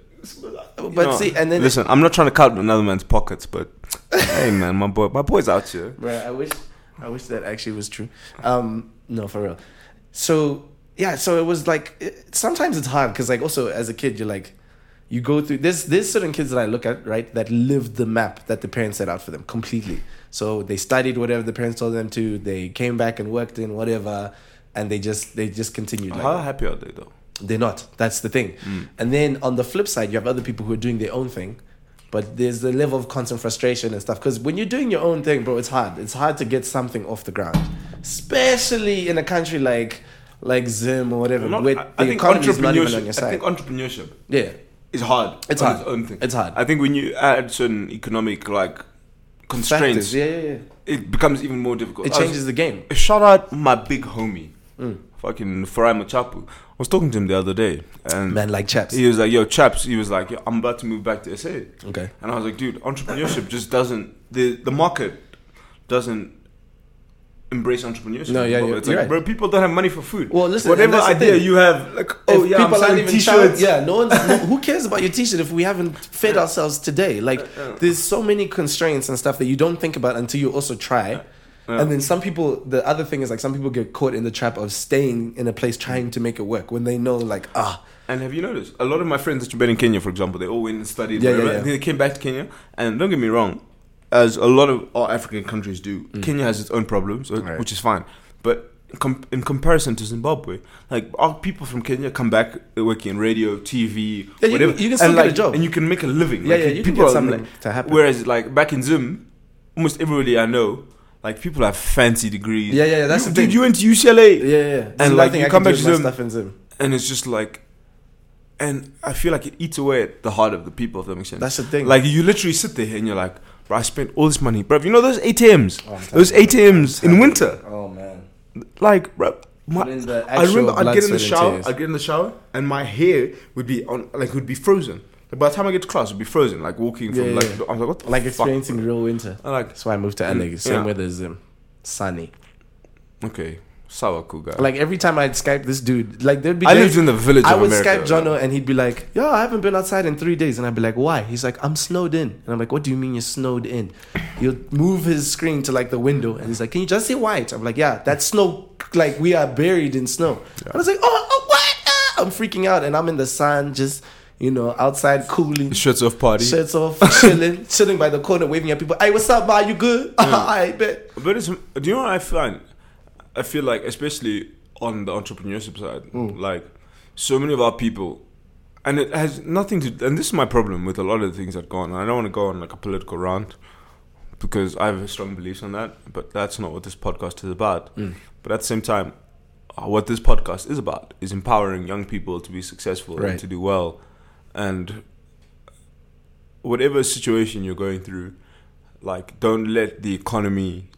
But see, and then
listen, I'm not trying to count another man's pockets, but hey, man, my boy, my boy's out here.
Bruh, I wish, I wish that actually was true. Um, no, for real. So yeah, so it was like it, sometimes it's hard because like also as a kid you're like, you go through there's there's certain kids that I look at right that lived the map that the parents set out for them completely. So they studied whatever the parents told them to. They came back and worked in whatever, and they just they just continued. Like,
How happy are they though?
they're not. That's the thing.
Hmm.
And then on the flip side, you have other people who are doing their own thing, but there's the level of constant frustration and stuff. Because when you're doing your own thing, bro, it's hard. It's hard to get something off the ground, especially in a country like like Zim or whatever,
Not-
where
I- I
the
think
economy is not even on your
I
side.
think entrepreneurship
yeah,
is hard.
It's
on
hard.
Its own thing.
It's hard.
I think when you add certain economic like constraints,
Factors. Yeah, yeah, yeah.
it becomes even more difficult. I
It
was-
changes the game.
shout out my big homie,
Mm.
fucking Farai Machapu. I was talking to him the other day, and
Man, like chaps.
he was like, "Yo, chaps," he was like, Yo, "I'm about to move back to SA," and
Okay.
I was like, "Dude, entrepreneurship just doesn't the the market doesn't." Embrace entrepreneurship.
No, yeah,
bro.
you're-
it's
you're
like,
right.
bro, people don't have money for food.
Well, listen,
whatever
and that's the
idea
thing.
you have, like, oh
If
yeah, I'm selling
shout-
t-shirts.
yeah, no one's. No, who cares about your t-shirt if we haven't fed ourselves today? Like, there's so many constraints and stuff that you don't think about until you also try. And then some people. The other thing is like some people get caught in the trap of staying in a place trying to make it work when they know like ah
And have you noticed a lot of my friends that you met in Kenya, for example, they all went and studied.
Yeah,
wherever,
yeah, yeah.
and then they came back to Kenya, and don't get me wrong, as a lot of all African countries do, Kenya has its own problems, uh,
Mm. Right.
which is fine. But com- in comparison to Zimbabwe, like our people from Kenya come back they're working in radio, TV,
Yeah, you
whatever,
can- you can still
and
get a
like,
job.
and you can make a living.
Yeah,
Like,
yeah, you can
people
get
are,
something
like-
to happen.
Whereas, like back in Zim, almost everybody I know Like people have fancy degrees.
Yeah, yeah, yeah, that's
you,
the
dude.
thing.
You went to UCLA,
Yeah, yeah. yeah.
And, like, you come back to
my
them-
stuff in Zim.
and it's just like, and I feel like it eats away at the heart of the people. If that makes sense.
That's the thing.
Like you literally sit there and you're like, bro, I spent all this money, bro. You know those ATMs,
Oh, I'm
those
telling you.
ATMs in winter,
Oh man.
like, bro.
Put
My,
in the
I
actual
remember I'd
blood,
get in the
sweat, and
shower.
tears.
I'd get in the shower, and my hair would be on, like, would be frozen. Like, by the time I get to class, it'd be frozen. Like walking from,
Yeah,
like,
yeah.
I'm like, what the
like
fuck?
experiencing real winter.
I like, Mm,
That's why I moved to LA. Same
Yeah.
weather as Zim. Sunny.
okay, sour cool guy.
Like every time I'd Skype this dude, like there'd be.
I
days-
lived in the village.
I
of
would
America,
Skype Jono and he'd be like, Yo, I haven't been outside in three days. And I'd be like, Why? He's like, I'm snowed in. And I'm like, What do you mean you're snowed in? He'll move his screen to like the window and he's like, Can you just see white? I'm like, Yeah, that's snow. Like we are buried in snow. And I was like, Oh, oh what? Ah!" I'm freaking out and I'm in the sun, just, you know, outside cooling.
Shirts off party.
Shirts off, chilling, chilling by the corner, waving at people. Hey, what's up, man? You good? I bet.
But it's, do you know what I find? I feel like, especially on the entrepreneurship side, like so many of our people, and it has nothing to. And this is my problem with a lot of the things that go on. I don't want to go on like a political rant because I have strong beliefs on that. But that's not what this podcast is about. But at the same time, uh, what this podcast is about is empowering young people to be successful
Right.
and to do well, and whatever situation you're going through, like don't let the economy,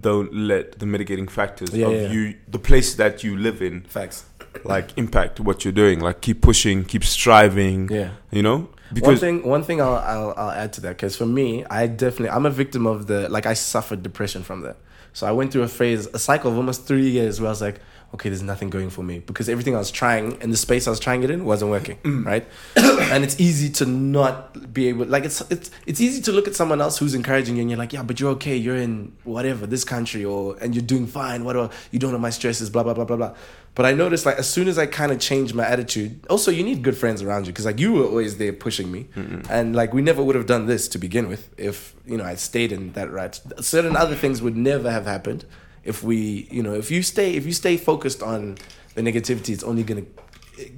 don't let the mitigating factors
Yeah,
of
yeah.
you, the place that you live in,
Facts.
like impact what you're doing. Like keep pushing, keep striving.
Yeah.
You know,
one
because
thing, one thing I'll, I'll, I'll add to that because for me, I definitely I'm a victim of the like I suffered depression from that. So I went through a phase, a cycle of almost three years where I was like, okay, there's nothing going for me because everything I was trying and the space I was trying it in wasn't working, right? and it's easy to not be able like it's it's it's easy to look at someone else who's encouraging you and you're like, yeah, but you're okay, you're in whatever this country or and you're doing fine, whatever. You don't know my stresses, blah blah blah blah blah. But I noticed like as soon as I kind of changed my attitude, also you need good friends around you because like you were always there pushing me, and like we never would have done this to begin with if you know I stayed in that right. Certain other things would never have happened if we you know if you stay if you stay focused on the negativity, it's only gonna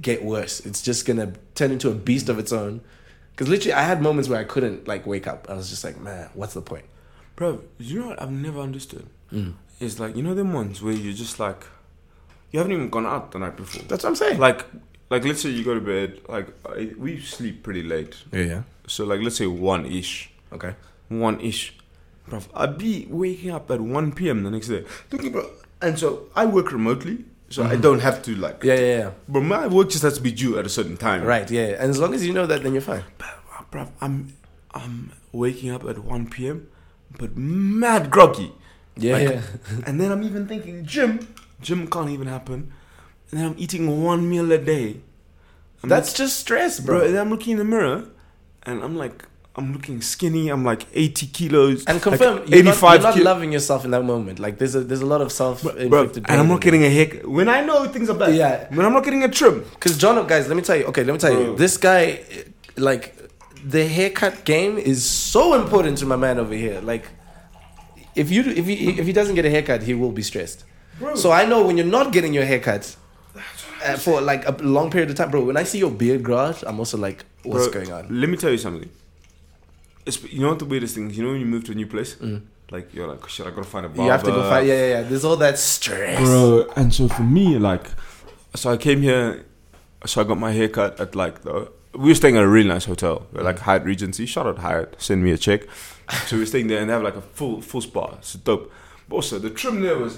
get worse. It's just gonna turn into a beast of its own. Because literally, I had moments where I couldn't like wake up. I was just like, man, what's the point?
bro, you know what I've never understood.
Mm.
It's like you know them ones where you're just like, you haven't even gone out the night before.
That's what I'm saying.
like, like let's say you go to bed. Like I, we sleep pretty late,
yeah, yeah.
so like let's say one ish.
Okay.
one ish. Bruv, I'd be waking up at 1 p.m. the next day. Looking, bro. And so I work remotely, so I don't have to, like.
Mm-hmm. Yeah, yeah, yeah.
But my work just has to be due at a certain time.
Right, yeah. And as long as you know that, then you're fine.
But, uh, bruv, I'm, I'm waking up at 1 p.m., but mad groggy.
Yeah,
Like,
yeah.
and then I'm even thinking, gym. Gym can't even happen. And then I'm eating one meal a day. I'm
That's just stress,
bro.
bro.
And then I'm looking in the mirror, and I'm like, I'm looking skinny. I'm like 80 kilos.
and
like
confirm, you're, not, you're not
kil-
loving yourself in that moment. Like, there's a there's a lot of self
Bro,
inflicted
and I'm not getting a haircut. When I know things are bad,
Yeah.
When I'm not getting a trim,
Because John, guys, let me tell you. Okay, let me tell you.
Bro.
This guy, like, the haircut game is so important to my man over here. Like, if you if he if he doesn't get a haircut, he will be stressed.
Bro.
So I know when you're not getting your haircut uh, for like a long period of time, bro. When I see your beard growth, I'm also like, what's
Bro,
going on?
Let me tell you something. It's, you know what the weirdest thing is? You know when you move to a new place, like you're like, "Oh, shit, I gotta find a barber.
Mm. You have to go fight. Yeah, yeah, yeah. There's all that stress.
bro. And so for me, like, so I came here, so I got my haircut at like the. We were staying at a really nice hotel, like Hyatt Regency. Shout out Hyatt, send me a check. So we were staying there and they have like a full full spa. It's dope. But also the trim there was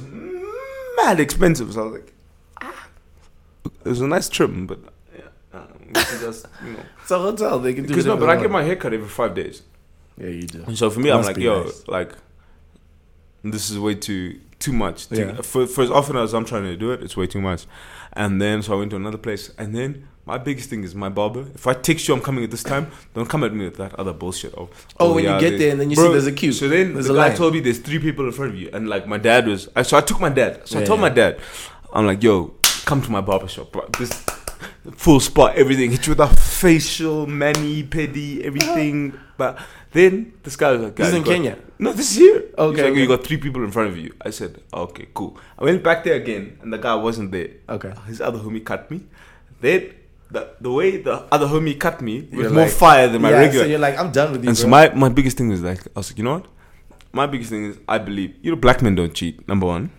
mad expensive. So I was like, ah, it was a nice trim, but yeah, uh, we can just you know.
It's a hotel. They can do.
Because no,
whatever
but I
they
get
want.
my haircut every five days.
Yeah, you do.
And so for me, I'm
Must
like,
be
yo,
nice.
like, this is way too too much. Too,
Yeah.
for, for as often as I'm trying to do it, it's way too much. And then so I went to another place, and then my biggest thing is my barber. If I text you I'm coming at this time, don't come at me with that other bullshit of.
Oh, when you get
they-
there and then you see there's a queue.
So then
There's
the
a
guy
line.
told me there's three people in front of you, and like my dad was. I, so I took my dad. So I
Yeah,
told my
yeah.
dad, I'm like, yo, come to my barber shop, bro. This full spot, everything. Hit you with a facial, mani, pedi, everything. But then this guy was like,
This is
"Guys,
in
you got-
Kenya?
No, this is here. He's
Okay,
like,
okay.
you got three people in front of you. I said, okay, cool. I went back there again, and the guy wasn't there.
Okay.
His other homie cut me. Then the the way the other homie cut me was
You're
more
like-
fire than my
yeah,
regular.
So you're like, I'm done with you.
and so
bro.
my my biggest thing was like, I was like, you know what? my biggest thing is I believe you know black men don't cheat. Number one.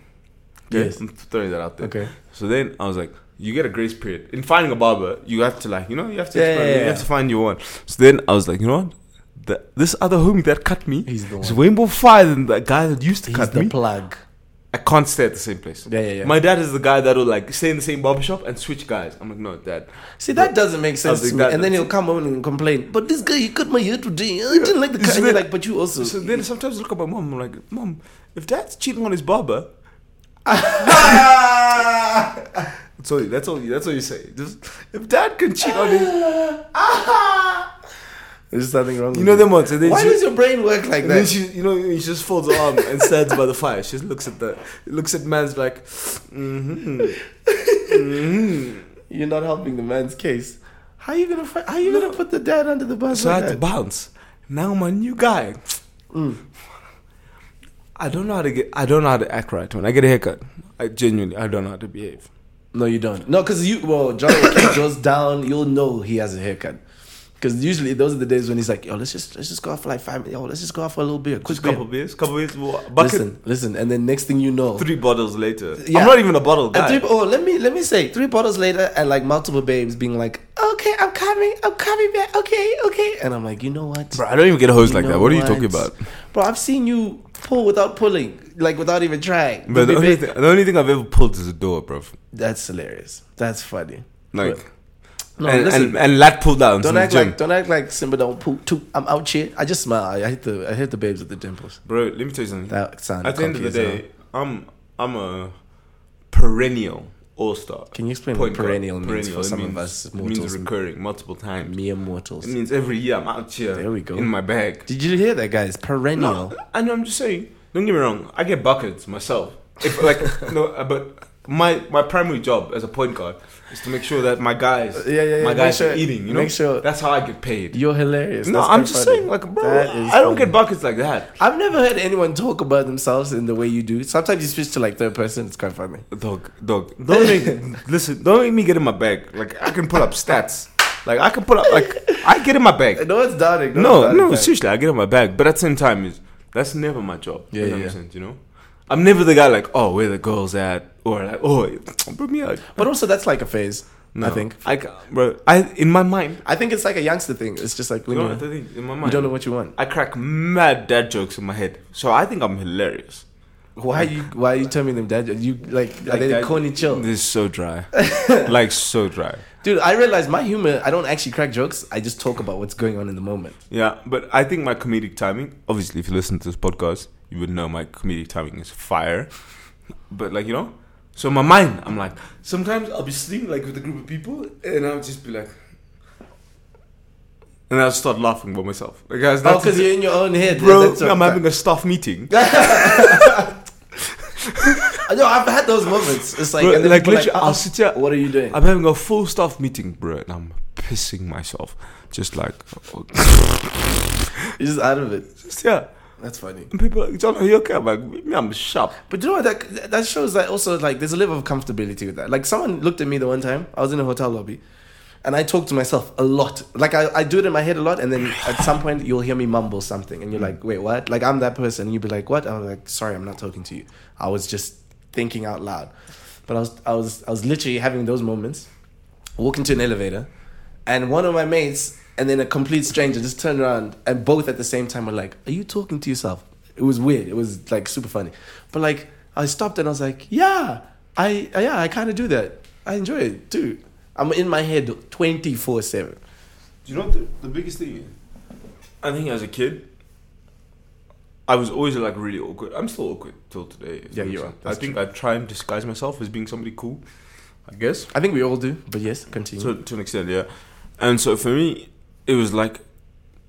Okay?
Yes.
I'm throwing that out there.
Okay.
So then I was like, you get a grace period in finding a barber. You have to like you know you have to
Yeah,
experiment,
yeah, yeah.
you have to find your one. So then I was like, you know what. The, this other homie that cut me
He's the
is
one.
way more fire than the guy that used to
He's
cut
the
me.
plug.
I can't stay at the same place.
Yeah, yeah, yeah.
My dad is the guy that will like stay in the same barbershop and switch guys. I'm like, no, dad.
See, that doesn't make sense
think
to me.
that-
And then he'll come home and complain, but this guy, he cut my hair today. I didn't like the
So
cut. And
then-
you're like, but you also.
So then sometimes I look at my mom. I'm like, mom, if dad's cheating on his barber, that's all. That's all. That's all you say. Just if dad can cheat on his,
There's nothing wrong
you know them ones. And then
Why
she,
does your brain work like
and then
that?
she, you know, she just folds her arm and stands by the fire. She just looks at the, looks at man's like, mm-hmm.
You're not helping the man's case. How you gonna fi- how you gonna put the dad under the bus?
so I
like
had to
that?
bounce. Now I'm a new guy. Mm. I don't know how to get. I don't know how to act right when I get a haircut. I genuinely, I don't know how to behave.
No, you don't. No, because you well, John will keep Joe's down. You'll know he has a haircut. Because usually those are the days when he's like, "Yo, let's just let's just go out for like five. Yo, let's just go out for a little bit, a quick
Just couple
bit.
beers, couple beers, wa- bucket.
Listen, listen, and then next thing you know,
Three bottles later,
Yeah.
I'm not even a bottle guy.
and three, oh, let me let me say three bottles later, and like multiple babes being like, "Okay, I'm coming, I'm coming back. Okay, okay," and I'm like, you know what,
Bro, I don't even get a hose
You
like that.
know
What are you talking about?
bro? I've seen you pull without pulling, like without even trying.
But the
Babe,
only, thing, the only thing I've ever pulled is a door, bro.
That's hilarious. That's funny.
Like,
No,
and,
listen.
and, and lat pull downs in
don't
the
act
gym.
like don't act like Simba don't poop too. I'm out here. I just smile. I, I hit the I hit the babes with the dimples.
bro, let me tell you something.
That sound.
At the end of the
cocky as
day, I'm I'm a perennial all star.
Can you explain what perennial means for some of us
It means
mortals?
recurring multiple
hell.
times.
mere mortals.
It means every year I'm out here.
There we go.
In my bag.
Did you hear that, guys? Perennial.
No, and I'm just saying. Don't get me wrong. I get buckets myself. If, like no, uh, but my my primary job as a point guard is to make sure that my guys,
Yeah, yeah, yeah,
my
make
guys
sure-
are eating. You know,
make sure-
that's how I get paid.
You're hilarious.
no,
That's
I'm
quite
just
funny.
saying, like, bro,
That is
I don't
funny.
get buckets like that.
I've never heard anyone talk about themselves in the way you do. Sometimes you switch to like third person. It's quite funny.
Dog, dog, don't make listen. Don't make me get in my bag. Like I can pull up stats. Like I can pull up. Like I get in my bag.
No one's doubting. one's
No,
doubting
no,
that.
seriously, I get in my bag. But at the same time, is that's never my job.
Yeah, yeah, yeah.
100%, You know, I'm never the guy like, oh, where the girls at, or like, oh, bring me out.
But also, that's like a phase.
No,
I think.
I, ca- bro, I in my mind,
I think it's like a youngster thing. It's just like
you
when
know,
you,
what I think, in my mind,
you don't know what you want.
I crack mad dad jokes in my head, so I think I'm hilarious.
Why are you Why are you terming them dad? You like, are
Like
they
dad-
corny chill?
This is so dry, like so dry.
Dude, I realized my humor, I don't actually crack jokes. I just talk about what's going on in the moment.
Yeah, but I think my comedic timing. Obviously, if you listen to this podcast, you would know my comedic timing is fire. But like you know, so in my mind, I'm like sometimes I'll be sitting like with a group of people, and I'll just be like, and I'll start laughing by myself. Like guys,
Oh,
that's
because you're in your own head.
bro.
That's what-
I'm having a staff meeting.
No, I've had those moments. It's like,
Bro,
and then
like
people are
literally,
"Oh,
I'll sit here.
what are you doing?
I'm having a full staff meeting, bro, and I'm pissing myself. Just like, oh,
You're just out of it.
just yeah.
That's funny.
And people are like, John, are you okay? I'm like, me, I'm sharp.
But you know what? That, that shows that also, like, there's a level of comfortability with that. Like, someone looked at me the one time. I was in a hotel lobby. And I talk to myself a lot. Like, I, I do it in my head a lot. And then at some point, you'll hear me mumble something. And you're like, wait, what? Like, I'm that person. And you'll be like, what? I'm like, sorry, I'm not talking to you. I was just thinking out loud. But I was, I was, I was literally having those moments. walk into an elevator, and one of my mates and then a complete stranger just turned around, and both at the same time were like, "Are you talking to yourself?" It was weird. It was like super funny, but like I stopped and I was like, "Yeah, I yeah, I kind of do that. I enjoy it too. I'm in my head twenty four seven.
Do you know what the, the biggest thing is? I think as a kid, I was always like really awkward. I'm still awkward till today. if
Yeah,
that
you
makes
are.
sense. I
That's
think I try and disguise myself as being somebody cool, I guess.
I think we all do, but yes, continue.
So to an extent, yeah. And so for me, it was like,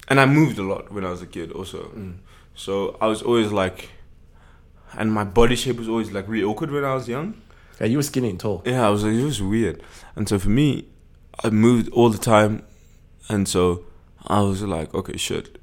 and I moved a lot when I was a kid also.
Mm.
So I was always like, and my body shape was always like really awkward when I was young.
Yeah, you were skinny and tall.
Yeah, I was like, it was weird. And so for me, I moved all the time. And so I was like, okay, shit.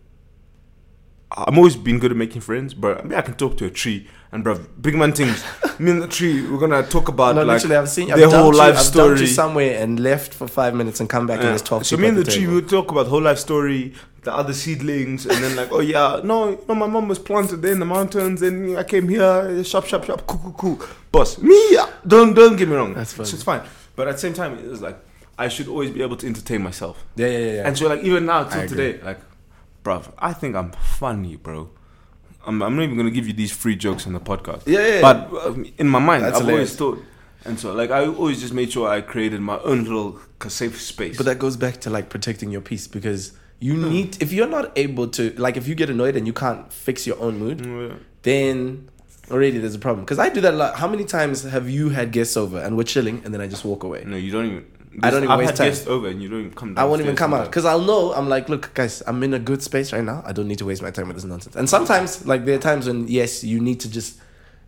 I'm always been good at making friends, but I mean, I can talk to a tree and bruv, big man things. me and the tree, we're gonna talk about
No,
like
literally, I've seen
their
I've
whole
dumped
life
you, I've
story.
dumped you somewhere and left for five minutes and come back and
Yeah.
there's twelve.
So
people
me and
at
the
the
tree, we
table.
would talk about whole life story, the other seedlings, and then like, oh yeah, no, you know, my mom was planted there in the mountains, and I came here, shop, shop, shop, cool, cool, cool. Boss, me, yeah, don't, don't get me wrong.
That's
So
fine.
it's fine. But at the same time, it was like I should always be able to entertain myself.
Yeah, yeah, yeah. yeah.
And so like even now till
I agree.
today, like, bruv, I think I'm funny, bro. I'm, I'm not even gonna give you these free jokes on the podcast.
Yeah, yeah, yeah.
But um, in my mind,
That's
I've
hilarious.
always thought, and so like I always just made sure I created my own little safe space.
But that goes back to like protecting your peace because you need if you're not able to like if you get annoyed and you can't fix your own mood,
Mm, yeah.
then already there's a problem. Because I do that a lot. How many times have you had guests over and we're chilling and then I just walk away?
No, you don't even.
I don't even
I've
waste
had
time.
guests over and you don't even come.
I won't even
downstairs
come out
sometimes.
because I'll know I'm like, look, guys, I'm in a good space right now. I don't need to waste my time with this nonsense. And sometimes, like, there are times when yes, you need to just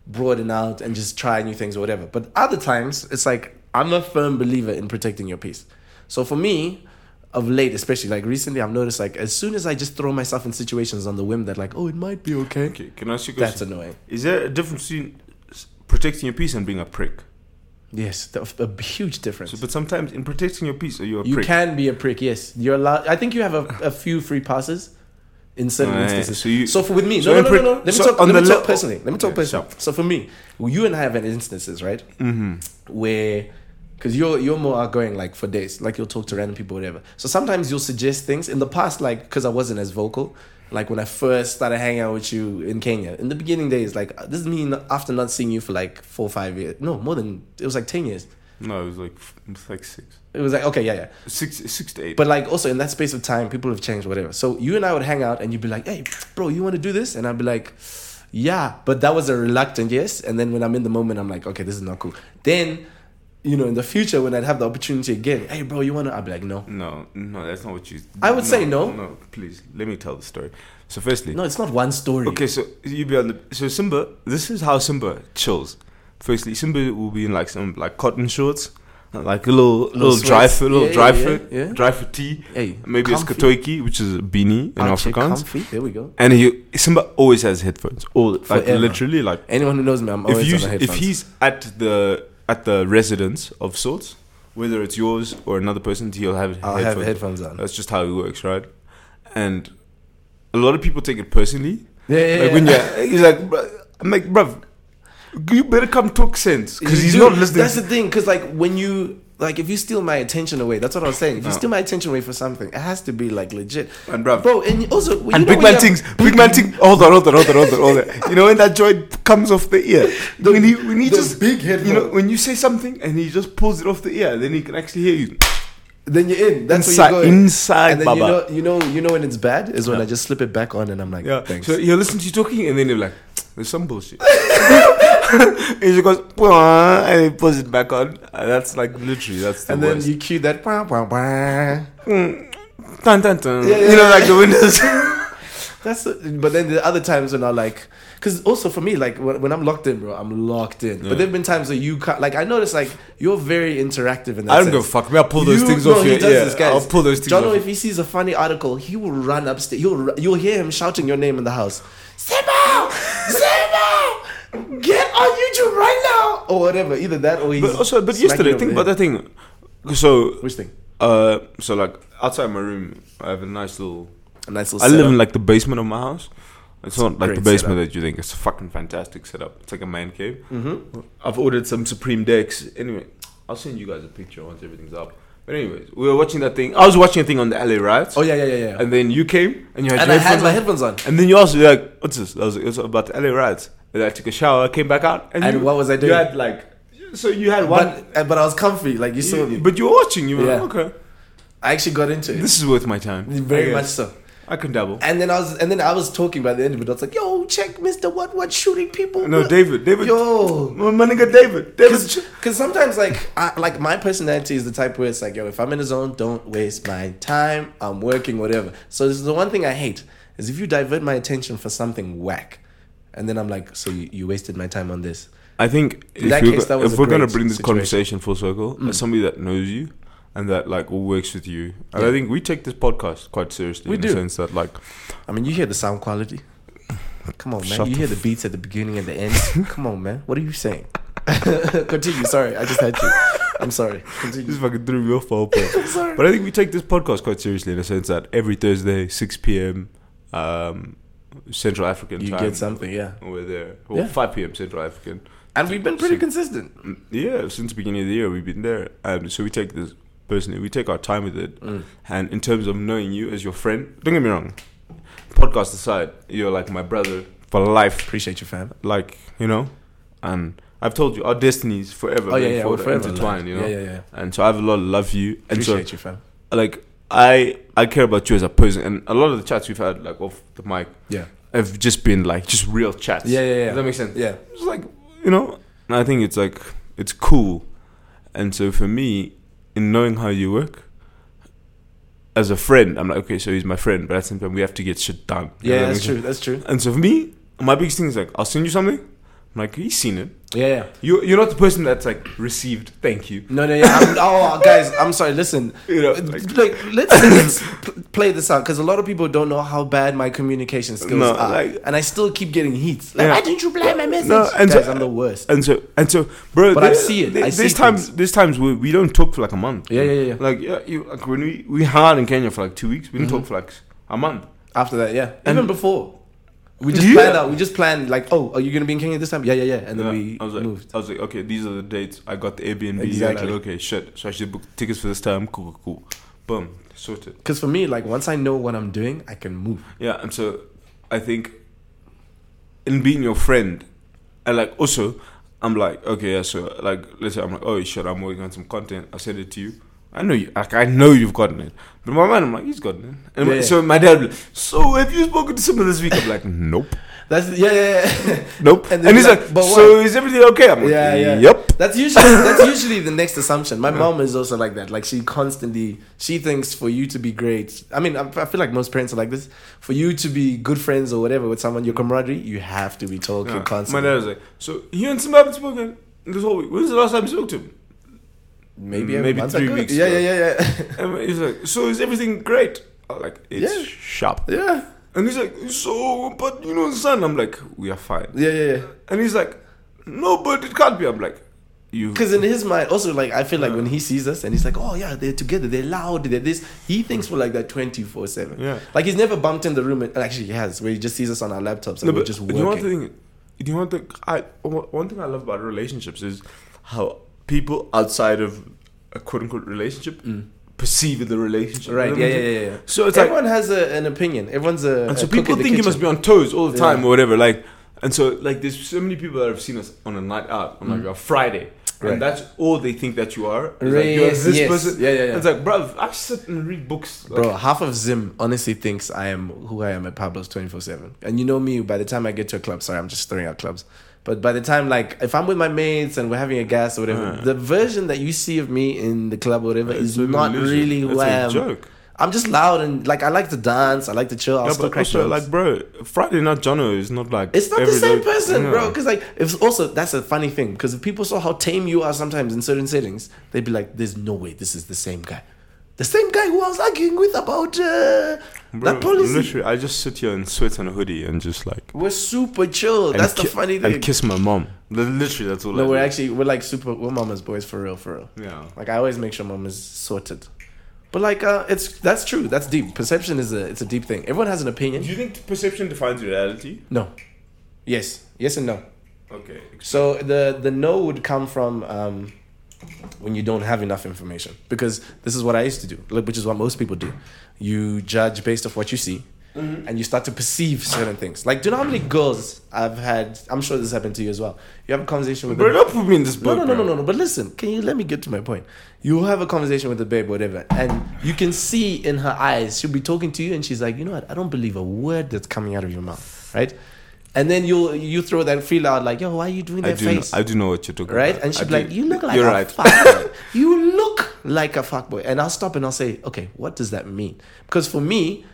broaden out and just try new things or whatever. But other times, it's like I'm a firm believer in protecting your peace. So for me, of late, especially like recently, I've noticed like as soon as I just throw myself in situations on the whim that like, oh, it might be okay.
Okay, can I ask you a question?
That's annoying.
Is there a difference between s- protecting your peace and being a prick?
Yes, the- a huge difference.
So, but sometimes in protecting your peace, are you a
you
prick?
can be a prick. Yes, you're allowed. I think you have a, a few free passes in certain
Alright,
instances.
so
So,
you-
for with me,
so
no,
in
no, no,
prick-
no, no. Let me
so
talk.
on
Let me
the
talk
le-
personally. Let me talk
Okay,
personally. So for me, you and I have had instances, right,
Mm-hmm.
where because you're you're more outgoing, like for days, like you'll talk to random people, whatever. So sometimes you'll suggest things. In the past, like because I wasn't as vocal. Like when I first started hanging out with you in Kenya, in the beginning days, like this is me n- after not seeing you for like four, five years. No, more than it was like ten years.
No, it was like f- it was like six,
It was like okay, yeah, yeah.
six, six to eight.
But like also in that space of time, people have changed, whatever. So you and I would hang out and you'd be like, Hey, bro, you wanna do this? And I'd be like, Yeah. But that was a reluctant yes. And then when I'm in the moment, I'm like, okay, this is not cool. Then, you know, in the future when I'd have the opportunity again, hey bro, you wanna I'd be like, No.
no, no, that's not what you.
I would say no.
No, please let me tell the story. So, firstly,
No, it's not one story.
Okay, so you be on the so Simba. This is how Simba chills. Firstly, Simba will be in like some like cotton shorts, like a little little, dry
sweats.
fit, little
Yeah,
dry
yeah,
fit,
yeah, yeah.
dry fit tee.
Hey,
Maybe it's
comfy.
katoiki, which is a beanie in
Armchair
Afrikaans.
comfy. There we go.
And he Simba always has headphones. All like
Forever.
literally like
Anyone who knows me, I'm
if
always
you
on the
if
headphones.
he's at the at the residence of sorts, whether it's yours or another person's, he'll have
I'll
headphones.
have headphones on.
That's just how it works, right? And a lot of people take it personally.
Yeah, yeah,
Like
yeah.
when you're, he's like, "Bruh," I'm like, bruv, you better come talk sense because
You
he's
do.
not listening.
That's the thing, because like when you like if you steal my attention away, that's what I was saying. If you
No.
steal my attention away for something, it has to be like legit,
And bruv.
bro. And also, you
and
know
big man
when you have-
things, big man thing. Hold on, hold on, hold on, hold on, hold on. You know when that joint comes off the ear, when he when he
the
just
big head
You know
roll.
when you say something and he just pulls it off the ear, then he can actually hear you.
Then you're in. That's
Inside-
where you go in.
inside,
and then
Baba.
You know, you know, you know when it's bad is when I just slip it back on and I'm like,
Yeah.
thanks.
So he'll listen to you talking, and then he'll be like, "There's some bullshit." and he just goes, "Pwah," and he pulls it back on. And that's like literally, that's the
and then
worst.
you cue that. Wah, wah, wah.
dun, dun, dun.
Yeah, yeah,
you know,
yeah.
like the windows.
That's. but then the other times when I like, because also for me, like when, when I'm locked in, bro, I'm locked in.
Yeah.
But there've been times where you can't. Like I notice, like you're very interactive in that.
I don't
sense.
give a fuck. Me, I'll pull those
You-
things
no,
off
he
your
does
ear.
this, guys.
I'll pull those things
Jono,
off.
if he sees a funny article, he will run upstairs. You'll ru- you'll hear him shouting your name in the house. Simo, Simo, get on YouTube right now, or whatever. Either that or he's.
But also, but
smacking
yesterday,
you
think
over
about
the
that thing. So,
head. Which thing?
uh, so like outside my room, I have a nice little.
A nice little.
I live
setup.
in like the basement of my house. It's not like
great
the basement
setup.
that you think. It's a fucking fantastic setup. It's like a man cave. Mm-hmm. I've ordered some Supreme decks. Anyway, I'll send you guys a picture once everything's up. But anyways, we were watching that thing. I was watching a thing on the LA riots.
Oh yeah, yeah, yeah, yeah. And,
And then you came and you had
I
your
had
headphones
my
on.
headphones on.
And then you also you're like, what's this? I was like, it's about the LA riots. And I took a shower, came back out, and,
And
you-
what was I doing?
You had like, so you had one,
But uh, but I was comfy, like you saw
you-
me.
but you were watching. You were
Yeah.
like, okay,
I actually got into it.
this is worth my time. I
Very
guess.
much so.
I can dabble.
And then I was, and then I was talking by the end of it. I was like, "Yo, check Mister What What shooting people."
No, David, David,
Yo,
my my nigga, David, David.
Because sometimes, like, I, like my personality is the type where it's like, yo, if I'm in a zone, don't waste my time. I'm working, whatever. So this is the one thing I hate is if you divert my attention for something whack, and then I'm like, so you, you wasted my time on this.
I think if,
that
we're,
case,
go-
that was
if
a
we're gonna
great
bring this
situation. Mm.
conversation full circle, as somebody that knows you, and that like all works with you. And I
Yeah.
think we take this podcast quite seriously
We
in
do.
the sense that like
I mean, you hear the sound quality. Come on, man.
Shut
you
the
hear the beats at the beginning and the end. Come on, man. What are you saying? Continue. Sorry, I just had you. I'm sorry.
this
Continue.
fucking threw me off for a bit.
I'm sorry.
But I think we take this podcast quite seriously in the sense that every Thursday, 6 p.m. Um, Central African
you
time.
get something, yeah.
We're there. Well,
Yeah.
5 p.m. Central African.
And we've been pretty consistent.
Mm, Yeah, since the beginning of the year, we've been there. And so we take this personally, we take our time with it.
Mm.
And in terms of knowing you as your friend, don't get me wrong, podcast aside, you're like my brother for life.
Appreciate you, fam.
Like, you know, and I've told you, our destinies forever,
Oh yeah,
and
yeah. We're
forward are
forever
intertwined,
aligned.
you know?
Yeah, yeah, yeah.
And so I have a lot of love for you. And so
Appreciate you, fam.
like I I care about you as a person, and a lot of the chats we've had like off the mic
Yeah.
have just been like just real chats.
Yeah, yeah, yeah.
Does that make sense?
Yeah.
It's like you know, and I think it's like it's cool, and so for me, in knowing how you work. As a friend, I'm like, okay, so he's my friend, but at the same time, we have to get shit done. You know
Yeah,
what I
that's
mean?
true. That's true.
And so for me, my biggest thing is like, I'll send you something. I'm like, he's seen it.
Yeah, yeah.
You, you're not the person that's like received. Thank you.
No, no, yeah. I'm, oh, guys, I'm sorry. Listen, Uh,
You know,
like, let's let's p- play this out because a lot of people don't know how bad my communication skills
No,
are,
like-
and I still keep getting heat. Like,
Yeah.
why didn't you reply my message?
No, and
guys,
so-
I'm the worst.
And so, and so, bro.
But I see it. I
there's
see
times,
things.
there's times we, we don't talk for like a month.
Yeah, yeah, yeah.
Like, yeah, you, like when we we hard in Kenya for like two weeks, we
Mm-hmm.
didn't talk for like s- a month.
After that, yeah,
And-
even before, we just
Yeah.
planned out. We just planned like, oh, are you gonna be in Kenya this time? Yeah, yeah, yeah. And then
Yeah.
we
I was like,
moved.
I was like, okay, these are the dates. I got the Airbnb.
Exactly.
Exactly. Like, okay, shit. So I should book tickets for this time. Cool, cool, cool. Boom, sorted.
Because for me, like once I know what I'm doing, I can move.
Yeah, and so I think in being your friend, and like also, I'm like, okay, yeah, so like, let's say I'm like, oh shit, I'm working on some content. I send it to you. I know you, like, I know you've gotten it, but in my mind, I'm like, he's gotten it. And
Yeah,
my-
yeah.
so my dad, will be like, so have you spoken to someone this week? I'm like, nope,
That's yeah, yeah. yeah.
nope.
And
And,
then
he's
you're
like,
like, "But
so is everything okay? I'm like,
Yeah, yeah.
yep.
That's usually that's usually the next assumption. My mom is also like that. Like she constantly she thinks for you to be great. I mean, I, I feel like most parents are like this. For you to be good friends or whatever with someone, your camaraderie, you have to be talking
Yeah. My
constantly.
dad was like, so you and Simba haven't spoken this whole week. When's the last time you spoke to him?
maybe
mm, maybe
every month I
three
could.
weeks
Yeah,
ago.
yeah, yeah, yeah.
And he's like, so is everything great? I'm like, it's
Yeah.
sharp.
yeah.
And he's like, so, but you know, son, I'm like, we are fine.
Yeah, yeah, yeah.
And he's like, no, but it can't be. I'm like, you.
Because in his mind, also like I feel like when he sees us and he's like, "Oh yeah, they're together, they're loud, they're this," he thinks we're like that twenty four seven.
Yeah.
Like he's never bumped in the room. And, actually, he has, where he just sees us on our laptops and
No,
we're
but
just
do
working.
you want the thing? Do you want the? I one one thing I love about relationships is how people outside of a quote unquote relationship perceive the relationship.
Mm. Right.
You know
Yeah,
what
yeah,
I'm
yeah.
saying?
yeah.
So it's like,
Everyone has a, an opinion. Everyone's a.
and
a
so
cook in
people
Uh, the
think you must
kitchen.
be on toes all the
Yeah.
time or whatever. Like, and so like, there's so many people that have seen us on a night out on like a Friday.
Mm. Right.
And that's all they think that you are. It's
Right,
like, you're
yes,
this
yes.
person.
Yeah, yeah, yeah.
It's like, bruv, I sit and read books. Like,
Bro, half of Zim honestly thinks I am who I am at Pablo's 24 7. And you know me, by the time I get to a club, sorry, I'm just throwing out clubs. But by the time, like, if I'm with my mates and we're having a gas or whatever,
Uh.
the version that you see of me in the club or whatever
It's
is
an
not
illusion.
really um, who
It's
I
a
am.
joke.
I'm just loud and, like, I like to dance, I like to chill, I'll
Yeah,
still
but
crack
also,
jokes.
like, bro, Friday Night Jono is not like.
It's not the
every
same
day-
person,
Yeah.
bro. Because like, it's also that's a funny thing. Because if people saw how tame you are sometimes in certain settings, they'd be like, "There's no way this is the same guy, the same guy who I was arguing with about uh,
Bro,
that policy."
Literally, I just sit here and sweat on a hoodie and just like.
We're super chill.
and
that's the
ki-
funny
And
thing.
kiss my mom. Li- Literally, that's all I
no, we're
do.
actually we're like super. We're mama's boys for real, for real.
Yeah.
Like I always make sure mom is sorted. But like, uh, it's that's true. That's deep. Perception is a it's a deep thing. Everyone has an
Do
opinion.
you think perception defines reality?
No. Yes. Yes and no.
Okay.
So the the no would come from um, when you don't have enough information because this is what I used to do, like, which is what most people do. You judge based off what you see, and you start to perceive certain things. Like, do you know how many girls I've had? I'm sure this happened to you as well. You have a conversation with
Bro,
them.
don't put me in this boat.
No, no, no,
bro.
no, no, no. But listen, can you let me get to my point? You have a conversation with a babe, whatever, and you can see in her eyes she'll be talking to you, and she's like, you know what? I don't believe a word that's coming out of your mouth, right? And then you will you throw that feel out like, yo, why are you doing that
I do.
face?
Know, I do know what you're talking
right?
about.
And she'd
I
be like,
do.
"You look like
You're
a
right.
fuckboy. you look like a fuckboy." And I'll stop and I'll say, "Okay, what does that mean?" Because for me,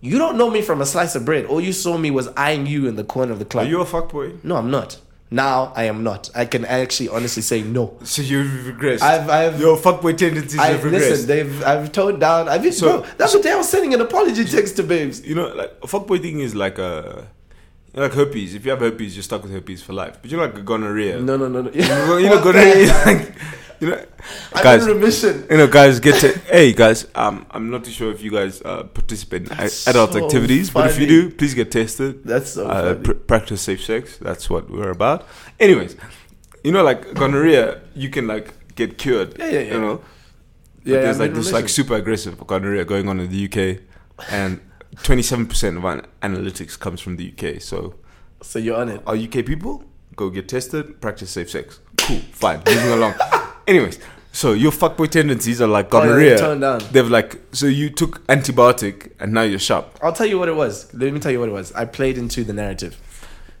you don't know me from a slice of bread. All you saw me was eyeing you in the corner of the
Are
club.
you a fuckboy?
no, I'm not. Now I am not. I can actually honestly say no.
So you've regressed.
I've- I've-
your fuckboy tendencies
I
have regressed.
listen. They've I've toned down. I've
So-
so, bro, that's what they were sending an apology text to babes.
you know, like a fuckboy thing is like a like herpes. If you have herpes, you're stuck with herpes for life. But you know, like gonorrhea.
No, no, no, no.
You know, you know gonorrhea. Is like, you know,
I'm
guys.
in remission.
You know, guys, get to hey, guys. Um, I'm not too sure if you guys uh, participate in
That's
adult
so
activities, but if you
funny.
do, please get tested.
That's so
uh,
funny.
pr- practice safe sex. That's what we're about. Anyways, you know, like gonorrhea, you can like get cured.
Yeah, yeah, yeah.
You know,
Yeah,
But there's
I'm
like
in
this
relation.
like super aggressive gonorrhea going on in the UK, and 27% of our analytics comes from the UK. So,
so you're on it.
our UK people go get tested, practice safe sex. Cool, fine, moving along. Anyways, so your fuckboy tendencies are like
Oh, yeah,
gonorrhea.
toned down.
They've like so you took antibiotic and now you're sharp.
I'll tell you what it was. Let me tell you what it was. I played into the narrative.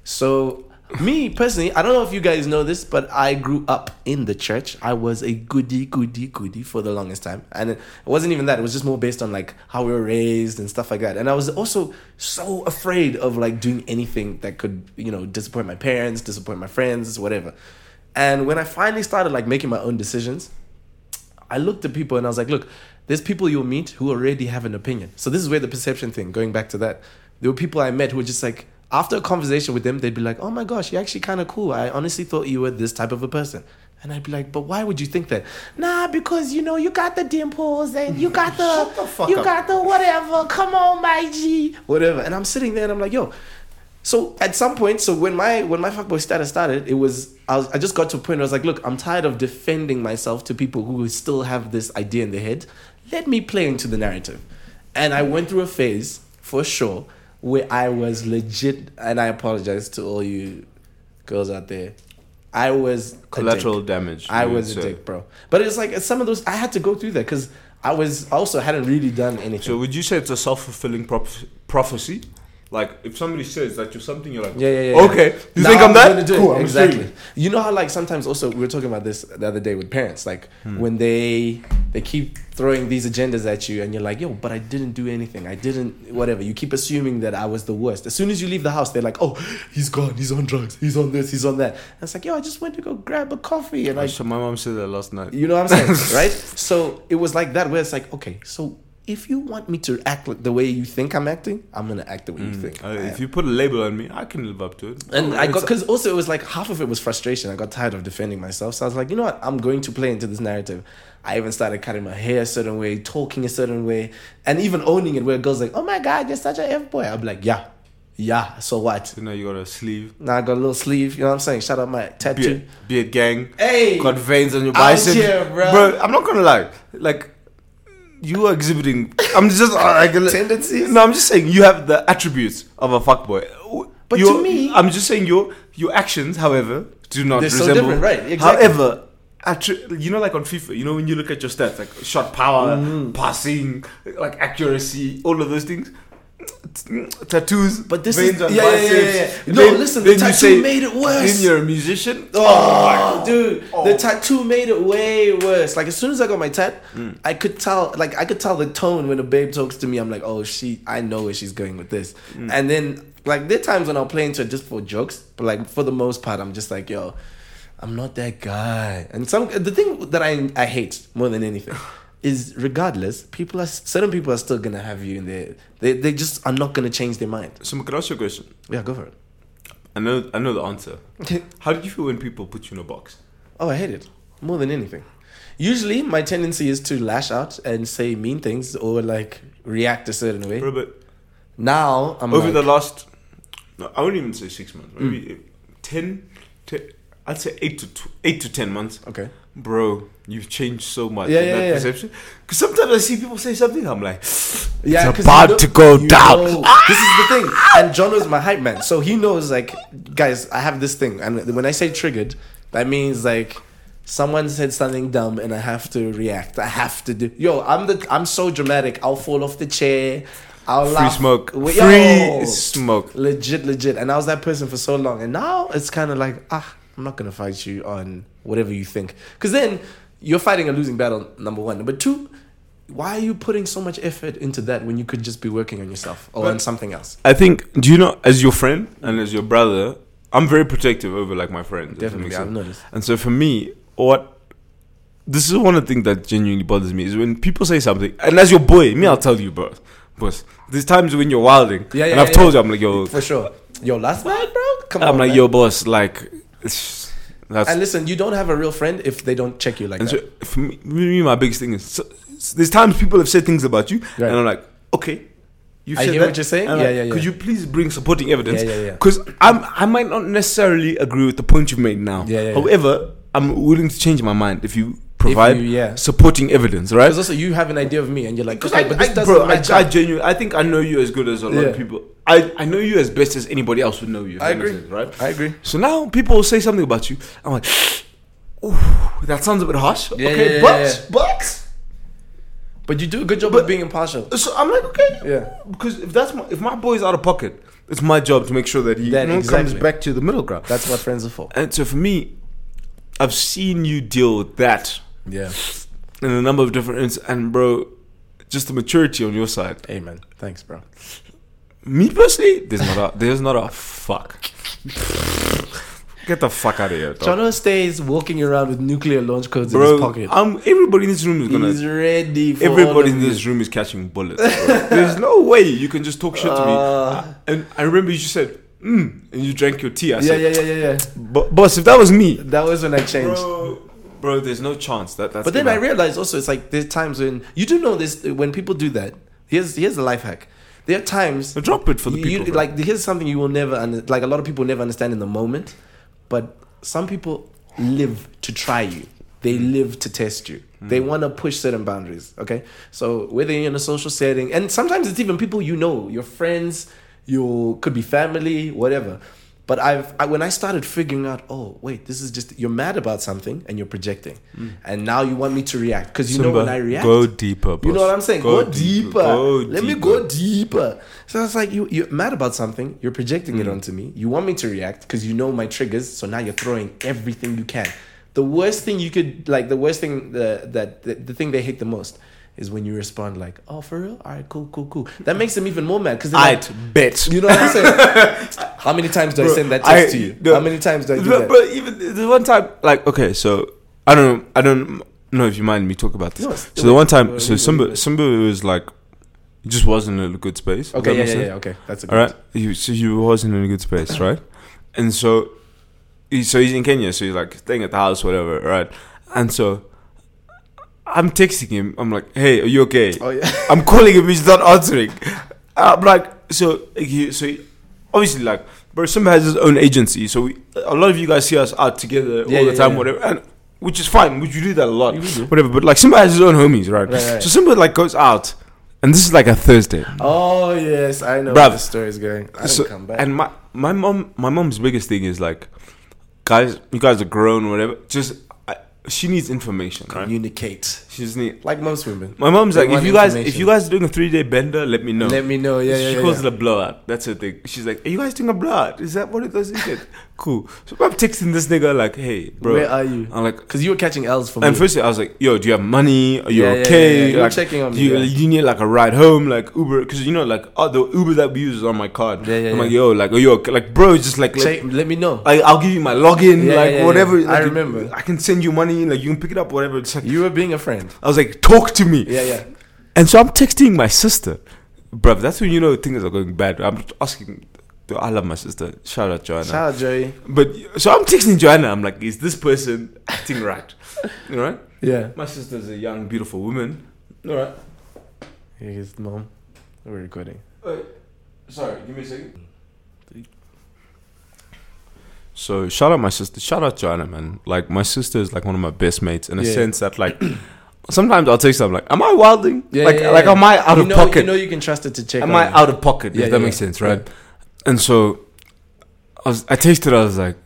So, me personally, I don't know if you guys know this, but I grew up in the church. I was a goody, goody, goody for the longest time. And it wasn't even that. It was just more based on like how we were raised and stuff like that. And I was also so afraid of like doing anything that could, you know, disappoint my parents, disappoint my friends, whatever. And when I finally started like making my own decisions, I looked at people and I was like, look, there's people you'll meet who already have an opinion. So this is where the perception thing, going back to that, there were people I met who were just like, after a conversation with them, they'd be like, oh my gosh, you're actually kind of cool. I honestly thought you were this type of a person. And I'd be like, but why would you think that? Nah, because you know you got the dimples and you got the,
Shut the fuck
you
up.
got the whatever. Come on, my G, whatever. And I'm sitting there and I'm like, yo, so at some point, so when my when my fuckboy status started, it was I, was I just got to a point where I was like, look, I'm tired of defending myself to people who still have this idea in their head. Let me play into the narrative, and I went through a phase for sure where I was legit, and I apologize to all you girls out there. I was a
Collateral
dick.
damage.
I
you would
was a
say.
dick, bro. But it's like some of those I had to go through that because I was also hadn't really done anything.
So would you say it's a self fulfilling proph- prophecy? Like if somebody says that you're something, you're like,
Yeah, yeah, yeah.
okay.
yeah.
You
Now
think I'm,
gonna
that?
do it.
Cool, I'm
exactly.
serious.
You know how like sometimes also we were talking about this the other day with parents, like
Hmm.
when they they keep throwing these agendas at you, and you're like, yo, but I didn't do anything. I didn't whatever. You keep assuming that I was the worst. As soon as you leave the house, they're like, oh, he's gone. He's on drugs. He's on this. He's on that. And it's like, yo, I just went to go grab a coffee, and I
So my mom said that last night.
you know what I'm saying, right? So it was like that, where it's like, okay, so if you want me to act like the way you think I'm acting, I'm gonna act the way you think.
Uh,
I am.
if you put a label on me, I can live up to it.
And I got
It's-
because also it was like half of it was frustration. I got tired of defending myself, so I was like, you know what? I'm going to play into this narrative. I even started cutting my hair a certain way, talking a certain way, and even owning it. Where girls like, oh my god, you're such a f boy. I'm like, yeah, yeah. So what?
you know you got a sleeve,
Now I got a little sleeve. You know what I'm saying? Shout out my tattoo.
beard, beard gang,
Hey,
got veins on your
Out
bicep,
here, bro.
I'm not gonna lie, like you are exhibiting. I'm just uh, like
Tendencies?
No, I'm just saying you have the attributes of a fuckboy.
But
Your-
to me-
I'm just saying your your actions, however, do not
They're so
resemble.
different, right, exactly.
However. Attri- you know, like on FIFA, you know when you look at your stats, like shot power,
Mm.
passing, like accuracy, all of those things. Tattoos,
But this
veins
is-
on
yeah, yeah,
biceps.
yeah, yeah, yeah. No, listen, the
you
tattoo made it worse.
Then you're a musician.
Oh, dude,
Oh.
the tattoo made it way worse. Like as soon as I got my tat, I could tell. Like I could tell the tone when a babe talks to me. I'm like, oh, she. I know where she's going with this. And then like there are times when I'll play into it just for jokes, but like for the most part, I'm just like, yo, I'm not that guy. And some the thing that I I hate more than anything. Is regardless, people are certain people are still gonna have you in there. They they just are not gonna change their mind.
So, can I ask you a question?
Yeah, go for
I know, I know the answer.
it.
How do you feel when people put you in a box?
Oh, I hate it more than anything. Usually, my tendency is to lash out and say mean things or like react a certain way.
Robert,
Now I'm
over
like, Hmm.
the last, no, I won't even say six months, maybe eh, 10, te- I'd say eight to tw- eight to ten months.
okay.
Bro, you've changed so much
Yeah,
in
yeah,
that
yeah.
perception. Because sometimes I see people say something, I'm like,
Yeah,
it's
'cause
about
you know-
to go
you
down.
know- this is the thing, and John was my hype man, so he knows. Like, guys, I have this thing, and when I say triggered, that means like someone said something dumb, and I have to react. I have to do. Yo, I'm the I'm so dramatic. I'll fall off the chair. I'll
free
laugh.
smoke,
Wait,
free
yo.
smoke.
legit, legit. And I was that person for so long, and now it's kind of like ah, I'm not gonna fight you on whatever you think, because then you're fighting a losing battle. Number one, number two, why are you putting so much effort into that when you could just be working on yourself or on
But-
something else?
I think, do you know, as your friend and as your brother, I'm very protective over like my friends. if that
Definitely,
makes
I've
sense.
noticed.
And so for me, what this is one of the things that genuinely bothers me is when people say something, and as your boy, me, I'll tell you, bro. But there's times when you're wilding,
Yeah, yeah,
and I've
yeah,
told
yeah.
you, I'm like, yo,
For sure. Yo, last night, bro. Come on.
I'm like,
man.
yo, boss, like, it's- that's
And listen, you don't have a real friend if they don't check you like
And
that.
so for me, me, my biggest thing is so, so there's times people have said things about you,
Right.
and I'm like, okay. You
I hear what you're saying. Yeah, yeah, yeah.
Could you please bring supporting evidence?
Yeah, yeah, yeah.
Because I'm, I might not necessarily agree with the point you've made now.
Yeah, yeah, yeah.
However, I'm willing to change my mind if you provide
you- yeah.
supporting evidence, right?
Because also you have an idea of me, and you're like,
Because
okay,
I,
but this
I-
doesn't
bro, I,
match
I
up.
genuinely, I think I know you as good as a lot
Yeah.
of people. I, I know you as best as anybody else would know you. if
I
that makes
agree.
sense, right?
I agree.
So now people will say something about you. I'm like, ooh, that sounds a bit harsh.
Yeah,
okay,
yeah, yeah,
but
yeah.
but
But you do a good job of being impartial.
so I'm like, okay,
Yeah.
Because if that's my, if my boy's out of pocket, it's my job to make sure that he
That
you know,
exactly.
comes back to the middle ground.
That's what friends are for.
and so for me, I've seen you deal with that
Yeah.
in a number of different instances, and bro, just the maturity on your side.
Amen. Thanks, bro.
Me personally, there's not a there's not a fuck. Get the fuck out of here, dog.
Jono stays walking around with nuclear launch codes in his
bro.
pocket.
I'm everybody in this room is gonna.
He's ready for all of
Everybody in
you.
this room is catching bullets. Bro. there's no way you can just talk shit to me.
Uh.
I- and I remember you just said, mm, and you drank your tea. I
Yeah,
said,
yeah, yeah, yeah, yeah.
"Bo- boss, if that was me,
That was when I changed.
bro, bro, there's no chance that that's.
But then
gonna-
I realized also it's like there's times when you do know this when people do that. Here's here's a life hack. There are times
drop it for the
you,
people.
you-
bro.
like here's something you will never under, like a lot of people never understand in the moment, but some people live to try you. They live to test you. They want to push certain boundaries. Okay, so whether you're in a social setting, and sometimes it's even people you know, your friends, you could be family, whatever. But I've I, when I started figuring out, oh wait, this is just you're mad about something and you're projecting, and now you want me to react because you know when I react,
go deeper. Boss.
you know what I'm saying? Go, deeper.
Go
Let me
deeper.
go deeper. So it's like you, you're mad about something. You're projecting
Mm.
it onto me. You want me to react because you know my triggers. So now you're throwing everything you can. The worst thing you could like, the worst thing the, that the, the thing they hate the most is when you respond like, "Oh, for real? All right, cool, cool, cool." That makes them even more mad because
I'd
like,
bet.
you know what I'm saying? How many times do I
Bro,
send that text
I-
to you?
no.
How many times do I do
But,
that?
but even the one time, like, okay, so I don't, know, I don't know if you mind me talk about this.
No, it's-
so the one time,
wait,
so
wait,
Simba,
wait.
Simba was like, he just wasn't in a good space. Does that
okay, yeah,
make
yeah,
sense?
yeah, okay. That's a good.
All right, he, so he wasn't in a good space, right? And so, he, so he's in Kenya, so he's like staying at the house, whatever, right? And so. I'm texting him. I'm like, "Hey, are you okay?"
Oh yeah.
I'm calling him, he's not answering. I'm like, so, he, so he, obviously, like, bro, Simba has his own agency. So we, a lot of you guys see us out together
Yeah,
all
yeah,
the time,
yeah.
whatever. And, which is fine. We you do that a lot,
Yeah, we do.
whatever. But like, Simba has his own homies, right?
Right, right.
So Simba like goes out, and this is like a Thursday.
Oh yes, I know where
Bruv.
the story is going. I don't
So-
come back.
And my my mom my mom's biggest thing is like, guys, you guys are grown, whatever. Just I, she needs information, right?
communicate.
She just need.
Like most women.
My mom's
They
like, if
want
you guys if
information.
you guys are doing a three day bender, let me know.
Let me know. Yeah, yeah,
she
yeah.
calls
yeah.
it a blowout. That's her thing. She's like, "Are you guys doing a blowout? Is that what it does?" Is it?" cool. So I'm texting this nigga like, "Hey, bro."
Where are you?
I'm like,
Because you were catching L's for me.
and firstly, I was like, "Yo, do you have money? Are you
Yeah, yeah,
okay?
yeah, yeah. You were
Like,
checking on
do
me,
You,
yeah.
you need like a ride home, like Uber, because you know, like, oh, the Uber that we use is on my card.
Yeah, yeah,
I'm like,
yeah.
"Yo, like, are you okay? like, bro? Just like,
Check-
like, uh,
let, me know.
I, I'll give you my login,
Yeah,
like,
yeah, yeah.
whatever.
I
Like, you-
remember.
I can send you money, like, you can pick it up, whatever." It's like,
you were being a friend.
I was like, "Talk to me."
Yeah, yeah.
And so I'm texting my sister, bruv. That's when you know things are going bad. I'm asking. I love my sister. Shout out Joanna.
Shout out, Joey.
But so I'm texting Joanna. I'm like, is this person acting right? You know, right?
Yeah.
My sister's a young, beautiful woman. All right.
Here's mom. We're recording.
Wait, sorry, give me a second. So shout out my sister. Shout out Joanna, man. Like my sister is like one of my best mates in a
Yeah.
sense that like sometimes I'll text her. I'm like, am I wilding?
Yeah,
like,
yeah, yeah,
like
yeah.
am I out
you
of
know,
pocket?
You know you can trust it to check.
am
on
I
you.
out of pocket?
Yeah,
if that
yeah,
makes
yeah.
sense, right? And so, I was I texted her. I was like,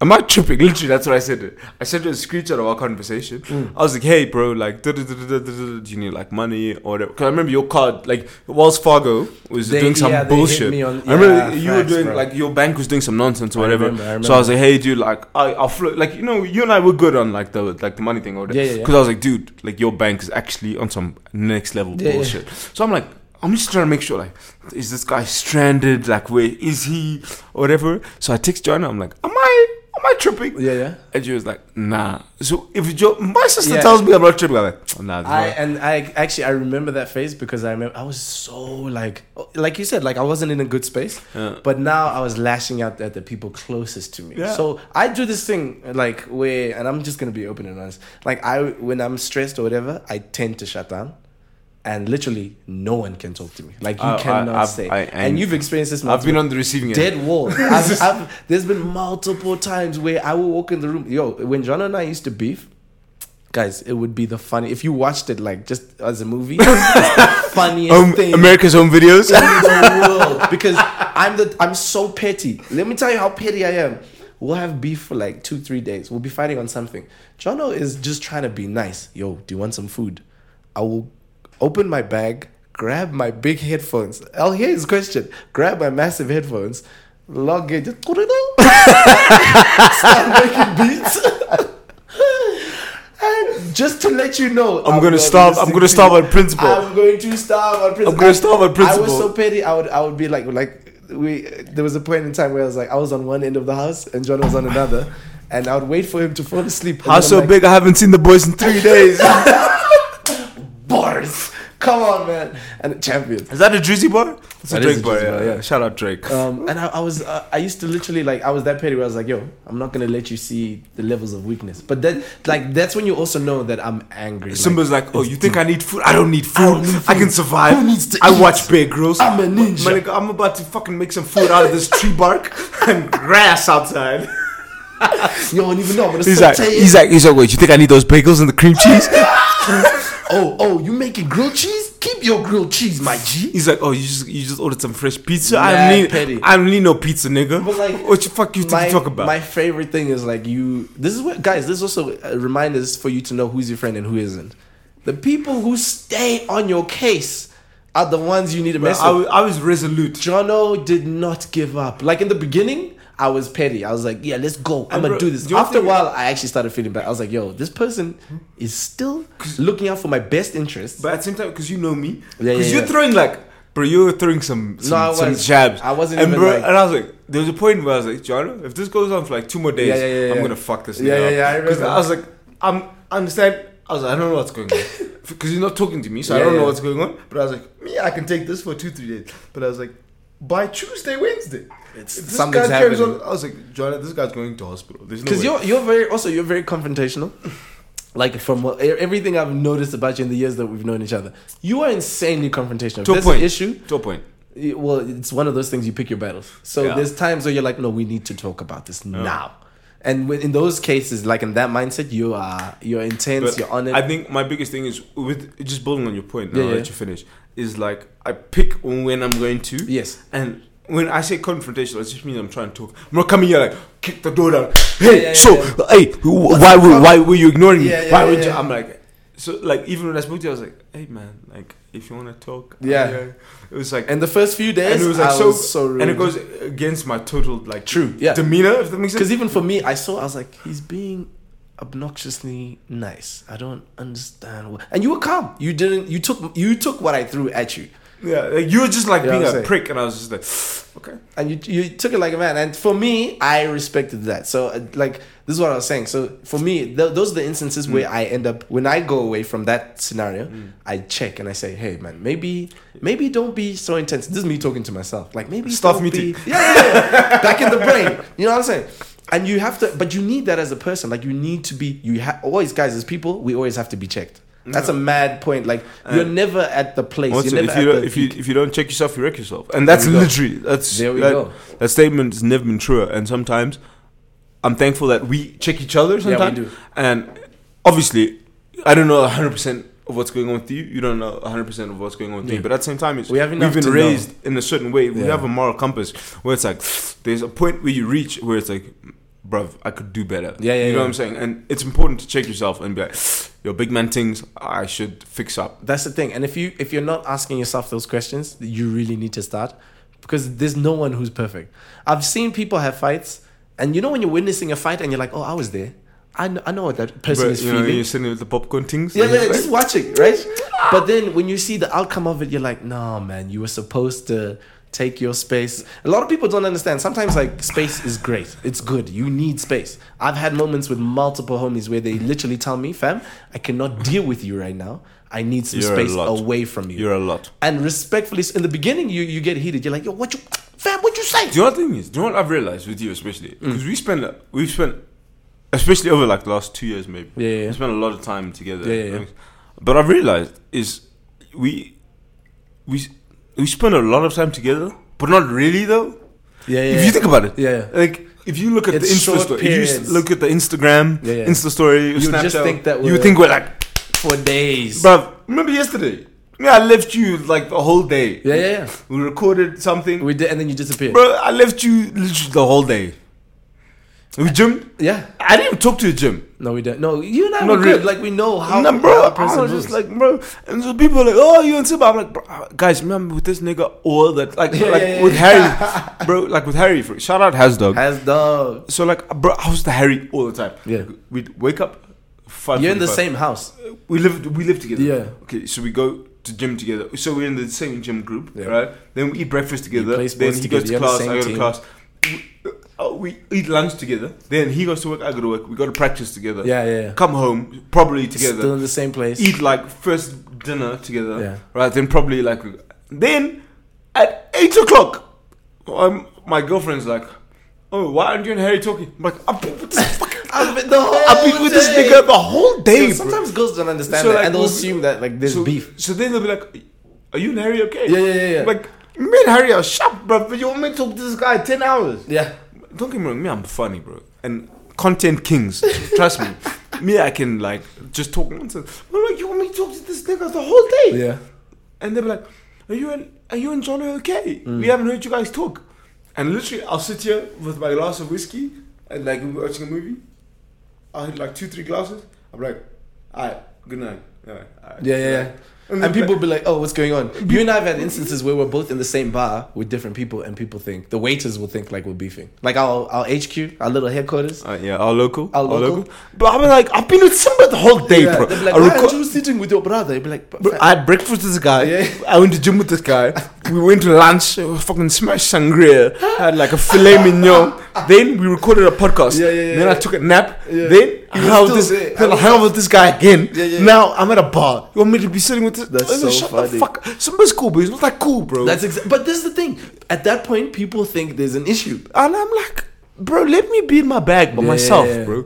"Am I tripping?" Literally, that's what I said. to her. I sent her a screenshot of our conversation.
Mm.
I was like, "Hey, bro, like, da- da- da- da- da- da- do you need like money or whatever?" Because I remember your card, like Wells Fargo, was
They-
doing some
yeah, they hit
bullshit.
me on-
I remember
yeah,
you were
facts,
doing
bro.
like your bank was doing some nonsense or
I
whatever.
remember, I
So I was like, "Hey, dude, like, I, I'll float." Like, you know, you and I were good on like the like the money thing or whatever.
Yeah, yeah, yeah.
Because I was like, "Dude, like, your bank is actually on some next level
Yeah, yeah.
bullshit." So I'm like, I'm just trying to make sure, like, is this guy stranded? Like, where is he? Or whatever. So I text Joanna. I'm like, am I, am I tripping?
Yeah, yeah.
And she was like, nah. So if jo- my sister
Yeah.
tells me I'm not tripping, I'm like, nah. this is
I
not-
and I actually I remember that phase because I remember I was so like oh, like you said like I wasn't in a good space
Yeah.
but now I was lashing out at the people closest to me
Yeah.
so I do this thing like where and I'm just gonna be open and honest like I when I'm stressed or whatever I tend to shut down and literally no one can talk to me like you
Oh, I- I-
cannot
I've-
say
I-
and you've experienced this
I've
multiple
been on the receiving end.
dead wall. I've, I've, there's been multiple times where I will walk in the room. Yo, when John and I used to beef, guys, it would be the funny. If you watched it like just as a movie, it's the funniest
Home-
thing
America's Home Videos.
in the world because I'm the I'm so petty. Let me tell you how petty I am. We'll have beef for like two three days. We'll be fighting on something. Jono is just trying to be nice. Yo, do you want some food? I will open my bag, grab my big headphones. I'll hear his question. Grab my massive headphones, log in, just start making beats. And just to let you know,
I'm gonna
not
starve- I'm
listening
gonna
to
starve
you.
on principle.
I'm going to starve on principle.
I'm gonna starve on
I was
principle.
so petty. I would I would be like like we. There was a point in time where I was like I was on one end of the house and John was on another, and I would wait for him to fall asleep. and
How
then I'm
so
like,
big? I haven't seen the boys in three days. Is
bars? Come on, man! And champions.
that a Drizzy bar? It's
That
a
is
Drake
a
bar.
Drizzy
Yeah, Uh,
bar, yeah.
yeah. Shout out Drake.
Um, and I, I was uh, I used to literally like I was that petty where I was like, yo, I'm not gonna let you see the levels of weakness. But that like that's when you also know that I'm angry. Like,
Simba's like, oh, you think I need food? I don't need food. I,
don't need
can survive.
Who needs to
I
eat?
watch Bear Grylls.
I'm a ninja.
My nigga, I'm about to fucking make some food out of this tree bark and grass outside.
yo, and even though I'm gonna
He's like,
saute it.
he's like, he's like, wait, you think I need those bagels and the cream cheese?
Oh, oh, you making grilled cheese? Keep your grilled cheese, my G.
He's like, oh, you just you just ordered some fresh pizza. I
Mad
don't need,
petty.
I don't need no pizza, nigga.
But, like,
what the fuck you think
My,
you talk about?
my favorite thing is like you. This is what guys. This is also a reminder is for you to know who's your friend and who isn't. The people who stay on your case are the ones you need to
I,
mess with.
wa- I was resolute.
Jono did not give up. Like in the beginning, I was petty. I was like, yeah, let's go. I'm gonna
bro,
do this.
do you
After a
think-
while, I actually started feeling bad. I was like, yo, this person is still looking out for my best interests.
But at the same time, because you know me, because
Yeah, yeah,
you're
yeah.
throwing like, bro, you were throwing some some,
I
some
was-
jabs.
I wasn't
and
even, like-
and I was like, there was a point where I was like, John, if this goes on for like two more days,
Yeah, yeah, yeah,
I'm
yeah.
gonna fuck this.
Yeah,
nigga
yeah,
up.
yeah, I
'Cause
remember.
I was like, I'm I understand. I was like, I don't know what's going on. Because you're not talking to me, so I
Yeah,
don't know
yeah.
what's going on. But I was like, me, I can take this for two, three days. But I was like, by Tuesday, Wednesday,
It's-
if this guy
something's
carries
happening.
on. I was like, John, this guy's going to hospital. There's no
Because
way.
you're you're very also you're very confrontational. Like from what, e- everything I've noticed about you in the years that we've known each other, you are insanely confrontational. If
To a
there's
point.
an issue,
to a point.
it- well, it's one of those things you pick your battles. So
Yeah.
there's times where you're like, no, we need to talk about this now. And when, in those cases, like in that mindset, you are you're intense,
But
you're on it.
I think my biggest thing is with just building on your point.
Yeah,
Now I'll
yeah.
let you finish. Is like I pick when I'm going to.
yes,
And when I say confrontational, it just means I'm trying to talk. I'm not coming here like kick the door down.
Yeah,
Hey,
yeah,
so hey, wh- why were why were you ignoring me?
Yeah, yeah,
why were
yeah,
you?
yeah.
I'm like, so like even when I spoke to you, I was like, hey man, like if you want to talk, I'm
Yeah.
here." It was like.
and the first few days,
and it was like
I
so,
was so rude.
and it goes against my total like
True, yeah.
demeanor. If that makes sense.
Because even for me, I saw, I was like, he's being obnoxiously nice. I don't understand. What... And you were calm. You didn't. You took. You took what I threw at you,
Yeah, like, you were just like
Yeah, I'm
being a
saying.
prick, and I was just like, okay.
and you you took it like a man. And for me, I respected that. So uh, like this is what I was saying. So for me, th- those are the instances
Mm.
where I end up when I go away from that scenario. I check and I say, hey man, maybe maybe don't be so intense. This is me talking to myself. Like maybe
Staff
don't
meeting.
be- yeah, yeah, yeah. back in the brain. You know what I'm saying? And you have to, but you need that as a person. Like you need to be. You ha- always, guys, as people, we always have to be checked. That's a mad point. Like you're never at the place.
Also,
you're never
Uh, if you
at
don't,
the
if you
peak.
if you don't check yourself, you wreck yourself, and that's
we go.
literally that's
There we
that,
go.
That statement has never been truer, and sometimes I'm thankful that we check each other
we
sometimes.
do.
And obviously, I don't know 100 percent of what's going on with you. You don't know 100 percent of what's going on with me.
Yeah.
But at the same time, it's,
We have enough
we've
to
been
know.
raised in a certain way. We
Yeah.
have a moral compass where it's like there's a point where you reach where it's like, bruv, I could do better.
Yeah, yeah,
You know what
yeah.
I'm saying? And it's important to check yourself and be like, yo, big man, things I should fix up.
That's the thing. And if you if you're not asking yourself those questions, you really need to start because there's no one who's perfect. I've seen people have fights, and you know when you're witnessing a fight and you're like, "Oh, I was there. I know, I know what that person
But,
is
you know,
feeling.
you're sitting with the popcorn things.
Yeah,
and
yeah,
it's
just
like-
watching, right? But then when you see the outcome of it, you're like, nah, man, you were supposed to take your space. A lot of people don't understand. Sometimes, like, space is great, it's good. You need space. I've had moments with multiple homies where they literally tell me, fam, I cannot deal with you right now. I need some
You're a
space
lot.
away from you.
You're a lot.
and respectfully, in the beginning, you, you get heated. You're like, yo, what you, fam, what you say?
Do you know what the thing is? Do you know what I've realized with you, especially
Mm.
because we spend we've spent, especially over like the last two years, maybe.
Yeah, yeah, yeah.
We spent a lot of time together.
Yeah, yeah, yeah.
But I've realized is we we we spend a lot of time together, but not really though.
Yeah,
If you think about it,
Yeah.
Like if you look at
It's
the Insta
short
story, if you s-
periods.
look at the Instagram,
Yeah, yeah.
Insta story, you
You
Snapchat,
just think that
you
we're-
think we're like,
for days.
bruv, remember yesterday? Yeah, I left you like the whole day.
yeah, yeah, yeah.
We recorded something.
We did, and then you disappear.
Bro, I left you literally the whole day. We gym.
Yeah.
I didn't talk to the gym.
No, we don't. No, you and I
Not
were
really.
good. Like we know how
Nah, bro,
how a
I was just
moves.
like, bro. And so people are like, oh, you and Simba. I'm like, bro, uh, guys, remember with this nigga all that, like,
Yeah,
like
yeah, yeah,
with
yeah.
Harry, bro, like with Harry. For, shout out Has Dog.
as dog.
So like, bro, I was the Harry all the time.
Yeah.
We'd wake up. Five
You're in the
45.
same house.
We lived. We lived together.
Yeah.
Okay, so we go to gym together. So we're in the same gym group,
Yeah.
right? Then we eat breakfast together. Then
play sports
he goes to
together,
class.
you're on
I
the
go to
same
class. We, uh, we eat lunch together. Then he goes to work. I go to work. We go to practice together.
Yeah, yeah. yeah.
Come home probably together.
Still in the same place.
eat like first dinner together.
Yeah.
Right. Then probably like then at eight o'clock, um, my girlfriend's like, "Oh, why aren't you and Harry talking?" I'm like, "I've been with this fucking."
I've been the whole
I've been with this
day.
nigga the whole day.
Yo,
bro."
sometimes girls don't understand
So,
that,
like,
and they'll
we'll-
assume that like there's
so,
beef.
So then they'll be like, "Are you and Harry okay?"
Yeah, yeah, yeah, yeah.
Like me and Harry are sharp, bro. But you want me to talk to this guy ten hours?
Yeah,
Don't get me wrong, me I'm funny, bro, and content kings. trust me, me I can like just talk nonsense. But like, you want me to talk to this nigga the whole day?
yeah. Mm.
And they'll be like, "Are you and Are you and Johnny okay? We haven't heard you guys talk." And literally, I'll sit here with my glass of whiskey and like we're watching a movie. I'll hit like two, three glasses. I'm like, "All right, good night." All right, all right,
Yeah, yeah,
good
yeah.
night."
And,
then-
people be like, "Oh, what's going on?" You and I have had instances where we're both in the same bar with different people, and people think the waiters will think like we're beefing. Like our our HQ, our little headquarters.
Uh, yeah, our local,
Our local.
But I'm like, I've been with Simba the whole day,
yeah,
bro.
they'll be like,
I,
"Why
reco-
aren't you sitting with your brother?" You'll be like,
bro, I had breakfast with this guy.
Yeah.
I went to gym with this guy. we went to lunch. uh, fucking smashed sangria. Had like a filet mignon. then we recorded a podcast.
Yeah, yeah, yeah,
Then I
yeah.
took a nap.
Yeah.
Then I
You
hung
were
out
still
with
there.
this. Then
I
I hung out with this guy again.
Yeah, yeah, yeah.
Now I'm at a bar. You want me to be sitting with this?
That's
Listen,
so
shut the
funny.
fuck. Simba's cool, but he's not that cool, bro.
That's exa- but this is the thing. At that point, people think there's an issue.
And I'm like, bro, let me be in my bag by
Yeah.
myself, bro.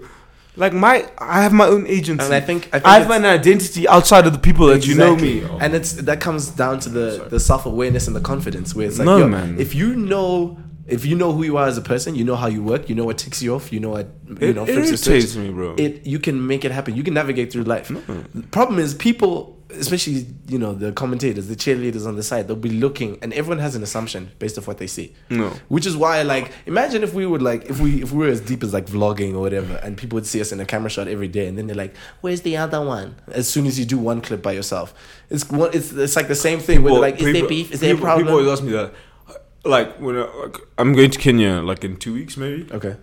Like my, I have my own agency.
And I think- I think
have
it's-
an identity outside of the people that
Exactly.
you know me.
and it's that comes down to the the self awareness and the confidence. Where it's like,
No,
yo,
man.
if you know. If you know who you are as a person, you know how you work, you know what ticks you off, you know what you
It
know flips your
irritates
switch,
me, bro.
It you can make it happen. You can navigate through life. The problem is people, especially you know the commentators, the cheerleaders on the side, they'll be looking, and everyone has an assumption based off what they see.
No.
Which is why, like, imagine if we would like if we if we were as deep as like vlogging or whatever, and people would see us in a camera shot every day, and then they're like, "Where's the other one?" As soon as you do one clip by yourself, it's one. It's it's like the same thing. where they're like, "Is there beef? Is there a
people- People always
problem?"
ask me that. Like when I, like, I'm going to Kenya, like in two weeks, maybe
Okay.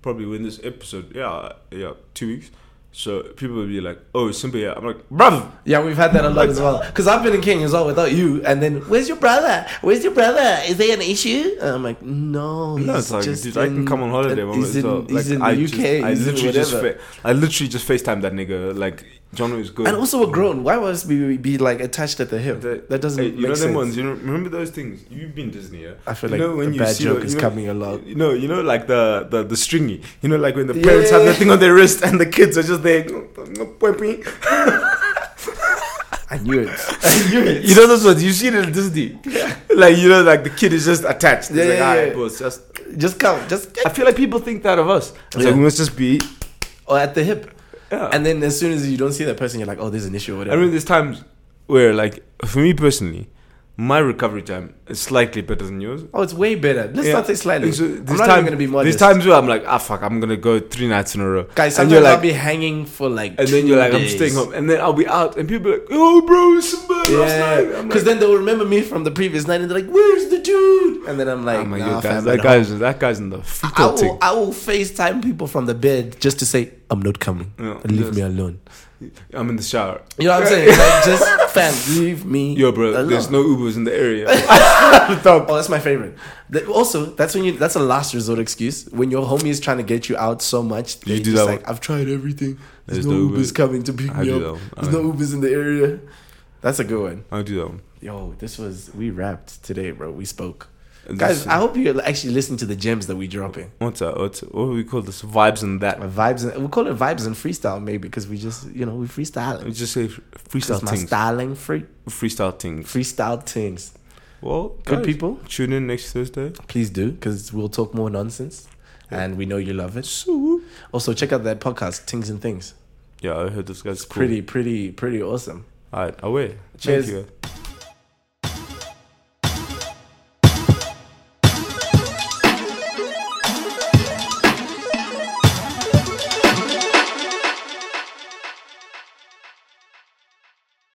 probably when this episode. Yeah, yeah, two weeks. So people will be like, "Oh, Simba." Yeah, I'm like, bruv.
Yeah, we've had that a lot as well. Because I've been in Kenya as well without you, and then where's your brother? Where's your brother? Is there an issue? And I'm like, no,
No, it's
he's
like,
just
dude, I can
in-
come on holiday. by
He's in,
myself.
he's in the
I
UK.
Just, I
he's in
literally just,
whatever.
fa- I literally just Facetime that nigga. Like, John is good.
and also, we're grown. Why must we be like attached at the hip?
That-
that doesn't
Hey,
make
you know
sense.
them ones. You know, remember those things? You've been Disney, yeah.
I feel
You
like
know
a bad
see
joke
the-
is
you know-
coming along.
You know, you know, like the the, the stringy. You know, like when the
Yeah,
parents have
yeah,
the
yeah.
thing on their wrist and the kids are just there.
I knew it. I knew it.
you know those ones. You see it in Disney. Like you know, like the kid is just attached. It's
Yeah,
like,
yeah,
"Alright,
yeah.
bro, it's just.
Just come. Just
I feel like people think that of us. It's
Yeah.
like we must just be.
or at the hip.
Yeah.
And then as soon as you don't see that person, you're like, oh, there's an issue or
I
whatever.
remember there's times where, like, for me personally, my recovery time is slightly better than yours.
Oh, it's way better. Let's
Yeah. uh,
not say slightly.
And so
I'm not even gonna be modest.
There's times where I'm like, ah, fuck, I'm gonna go three nights in a row.
guys,
and
sometimes
you're
I'll
like,
be hanging for like.
and then
two
you're like,
days.
I'm staying home, and then I'll be out, and people be like, oh, bro, it's somebody last
Yeah,
night.
because
I'm like,
then they'll remember me from the previous night, and they're like, "Where's the dude?" And then I'm like,
oh my
nah,
god, guys,
fam,
that
no."
guy's that guy's in the
I
fetal
will,
thing.
I will FaceTime people from the bed just to say, I'm not coming.
Yeah,
leave
yes.
me alone.
I'm in the shower.
You know what I'm saying? Like, just, fam, leave me
Yo, bro,
alone.
there's no Ubers in the area.
Oh, that's my favorite. That- also, that's when you. That's a last resort excuse when your homie is trying to get you out so much.
You
You
do
do
that
Like I've tried everything. There's,
There's
no
no
Ubers
Uber.
coming to pick
I
me
do
up.
that. I
There's no Ubers in the area. That's a good one.
I'll do that. One.
Yo, this was we rapped today, bro. We spoke,
And
guys.
this-
I hope you actually listen to the gems that we dropping.
what's that? What's what do we call this? Vibes and that.
Vibes. And, we call it vibes and freestyle maybe because we just you know we
We
freestyling.
just say freestyle
Because my
things.
styling free
freestyle things.
freestyle things.
Well,
Good
guys,
people,
Tune in next Thursday.
please do because we'll talk more nonsense, and we know you love it. Also, check out that podcast, Things and Things.
Yeah, I heard this guy's cool.
Pretty, pretty, pretty awesome.
All right, away.
Cheers.
Thank you.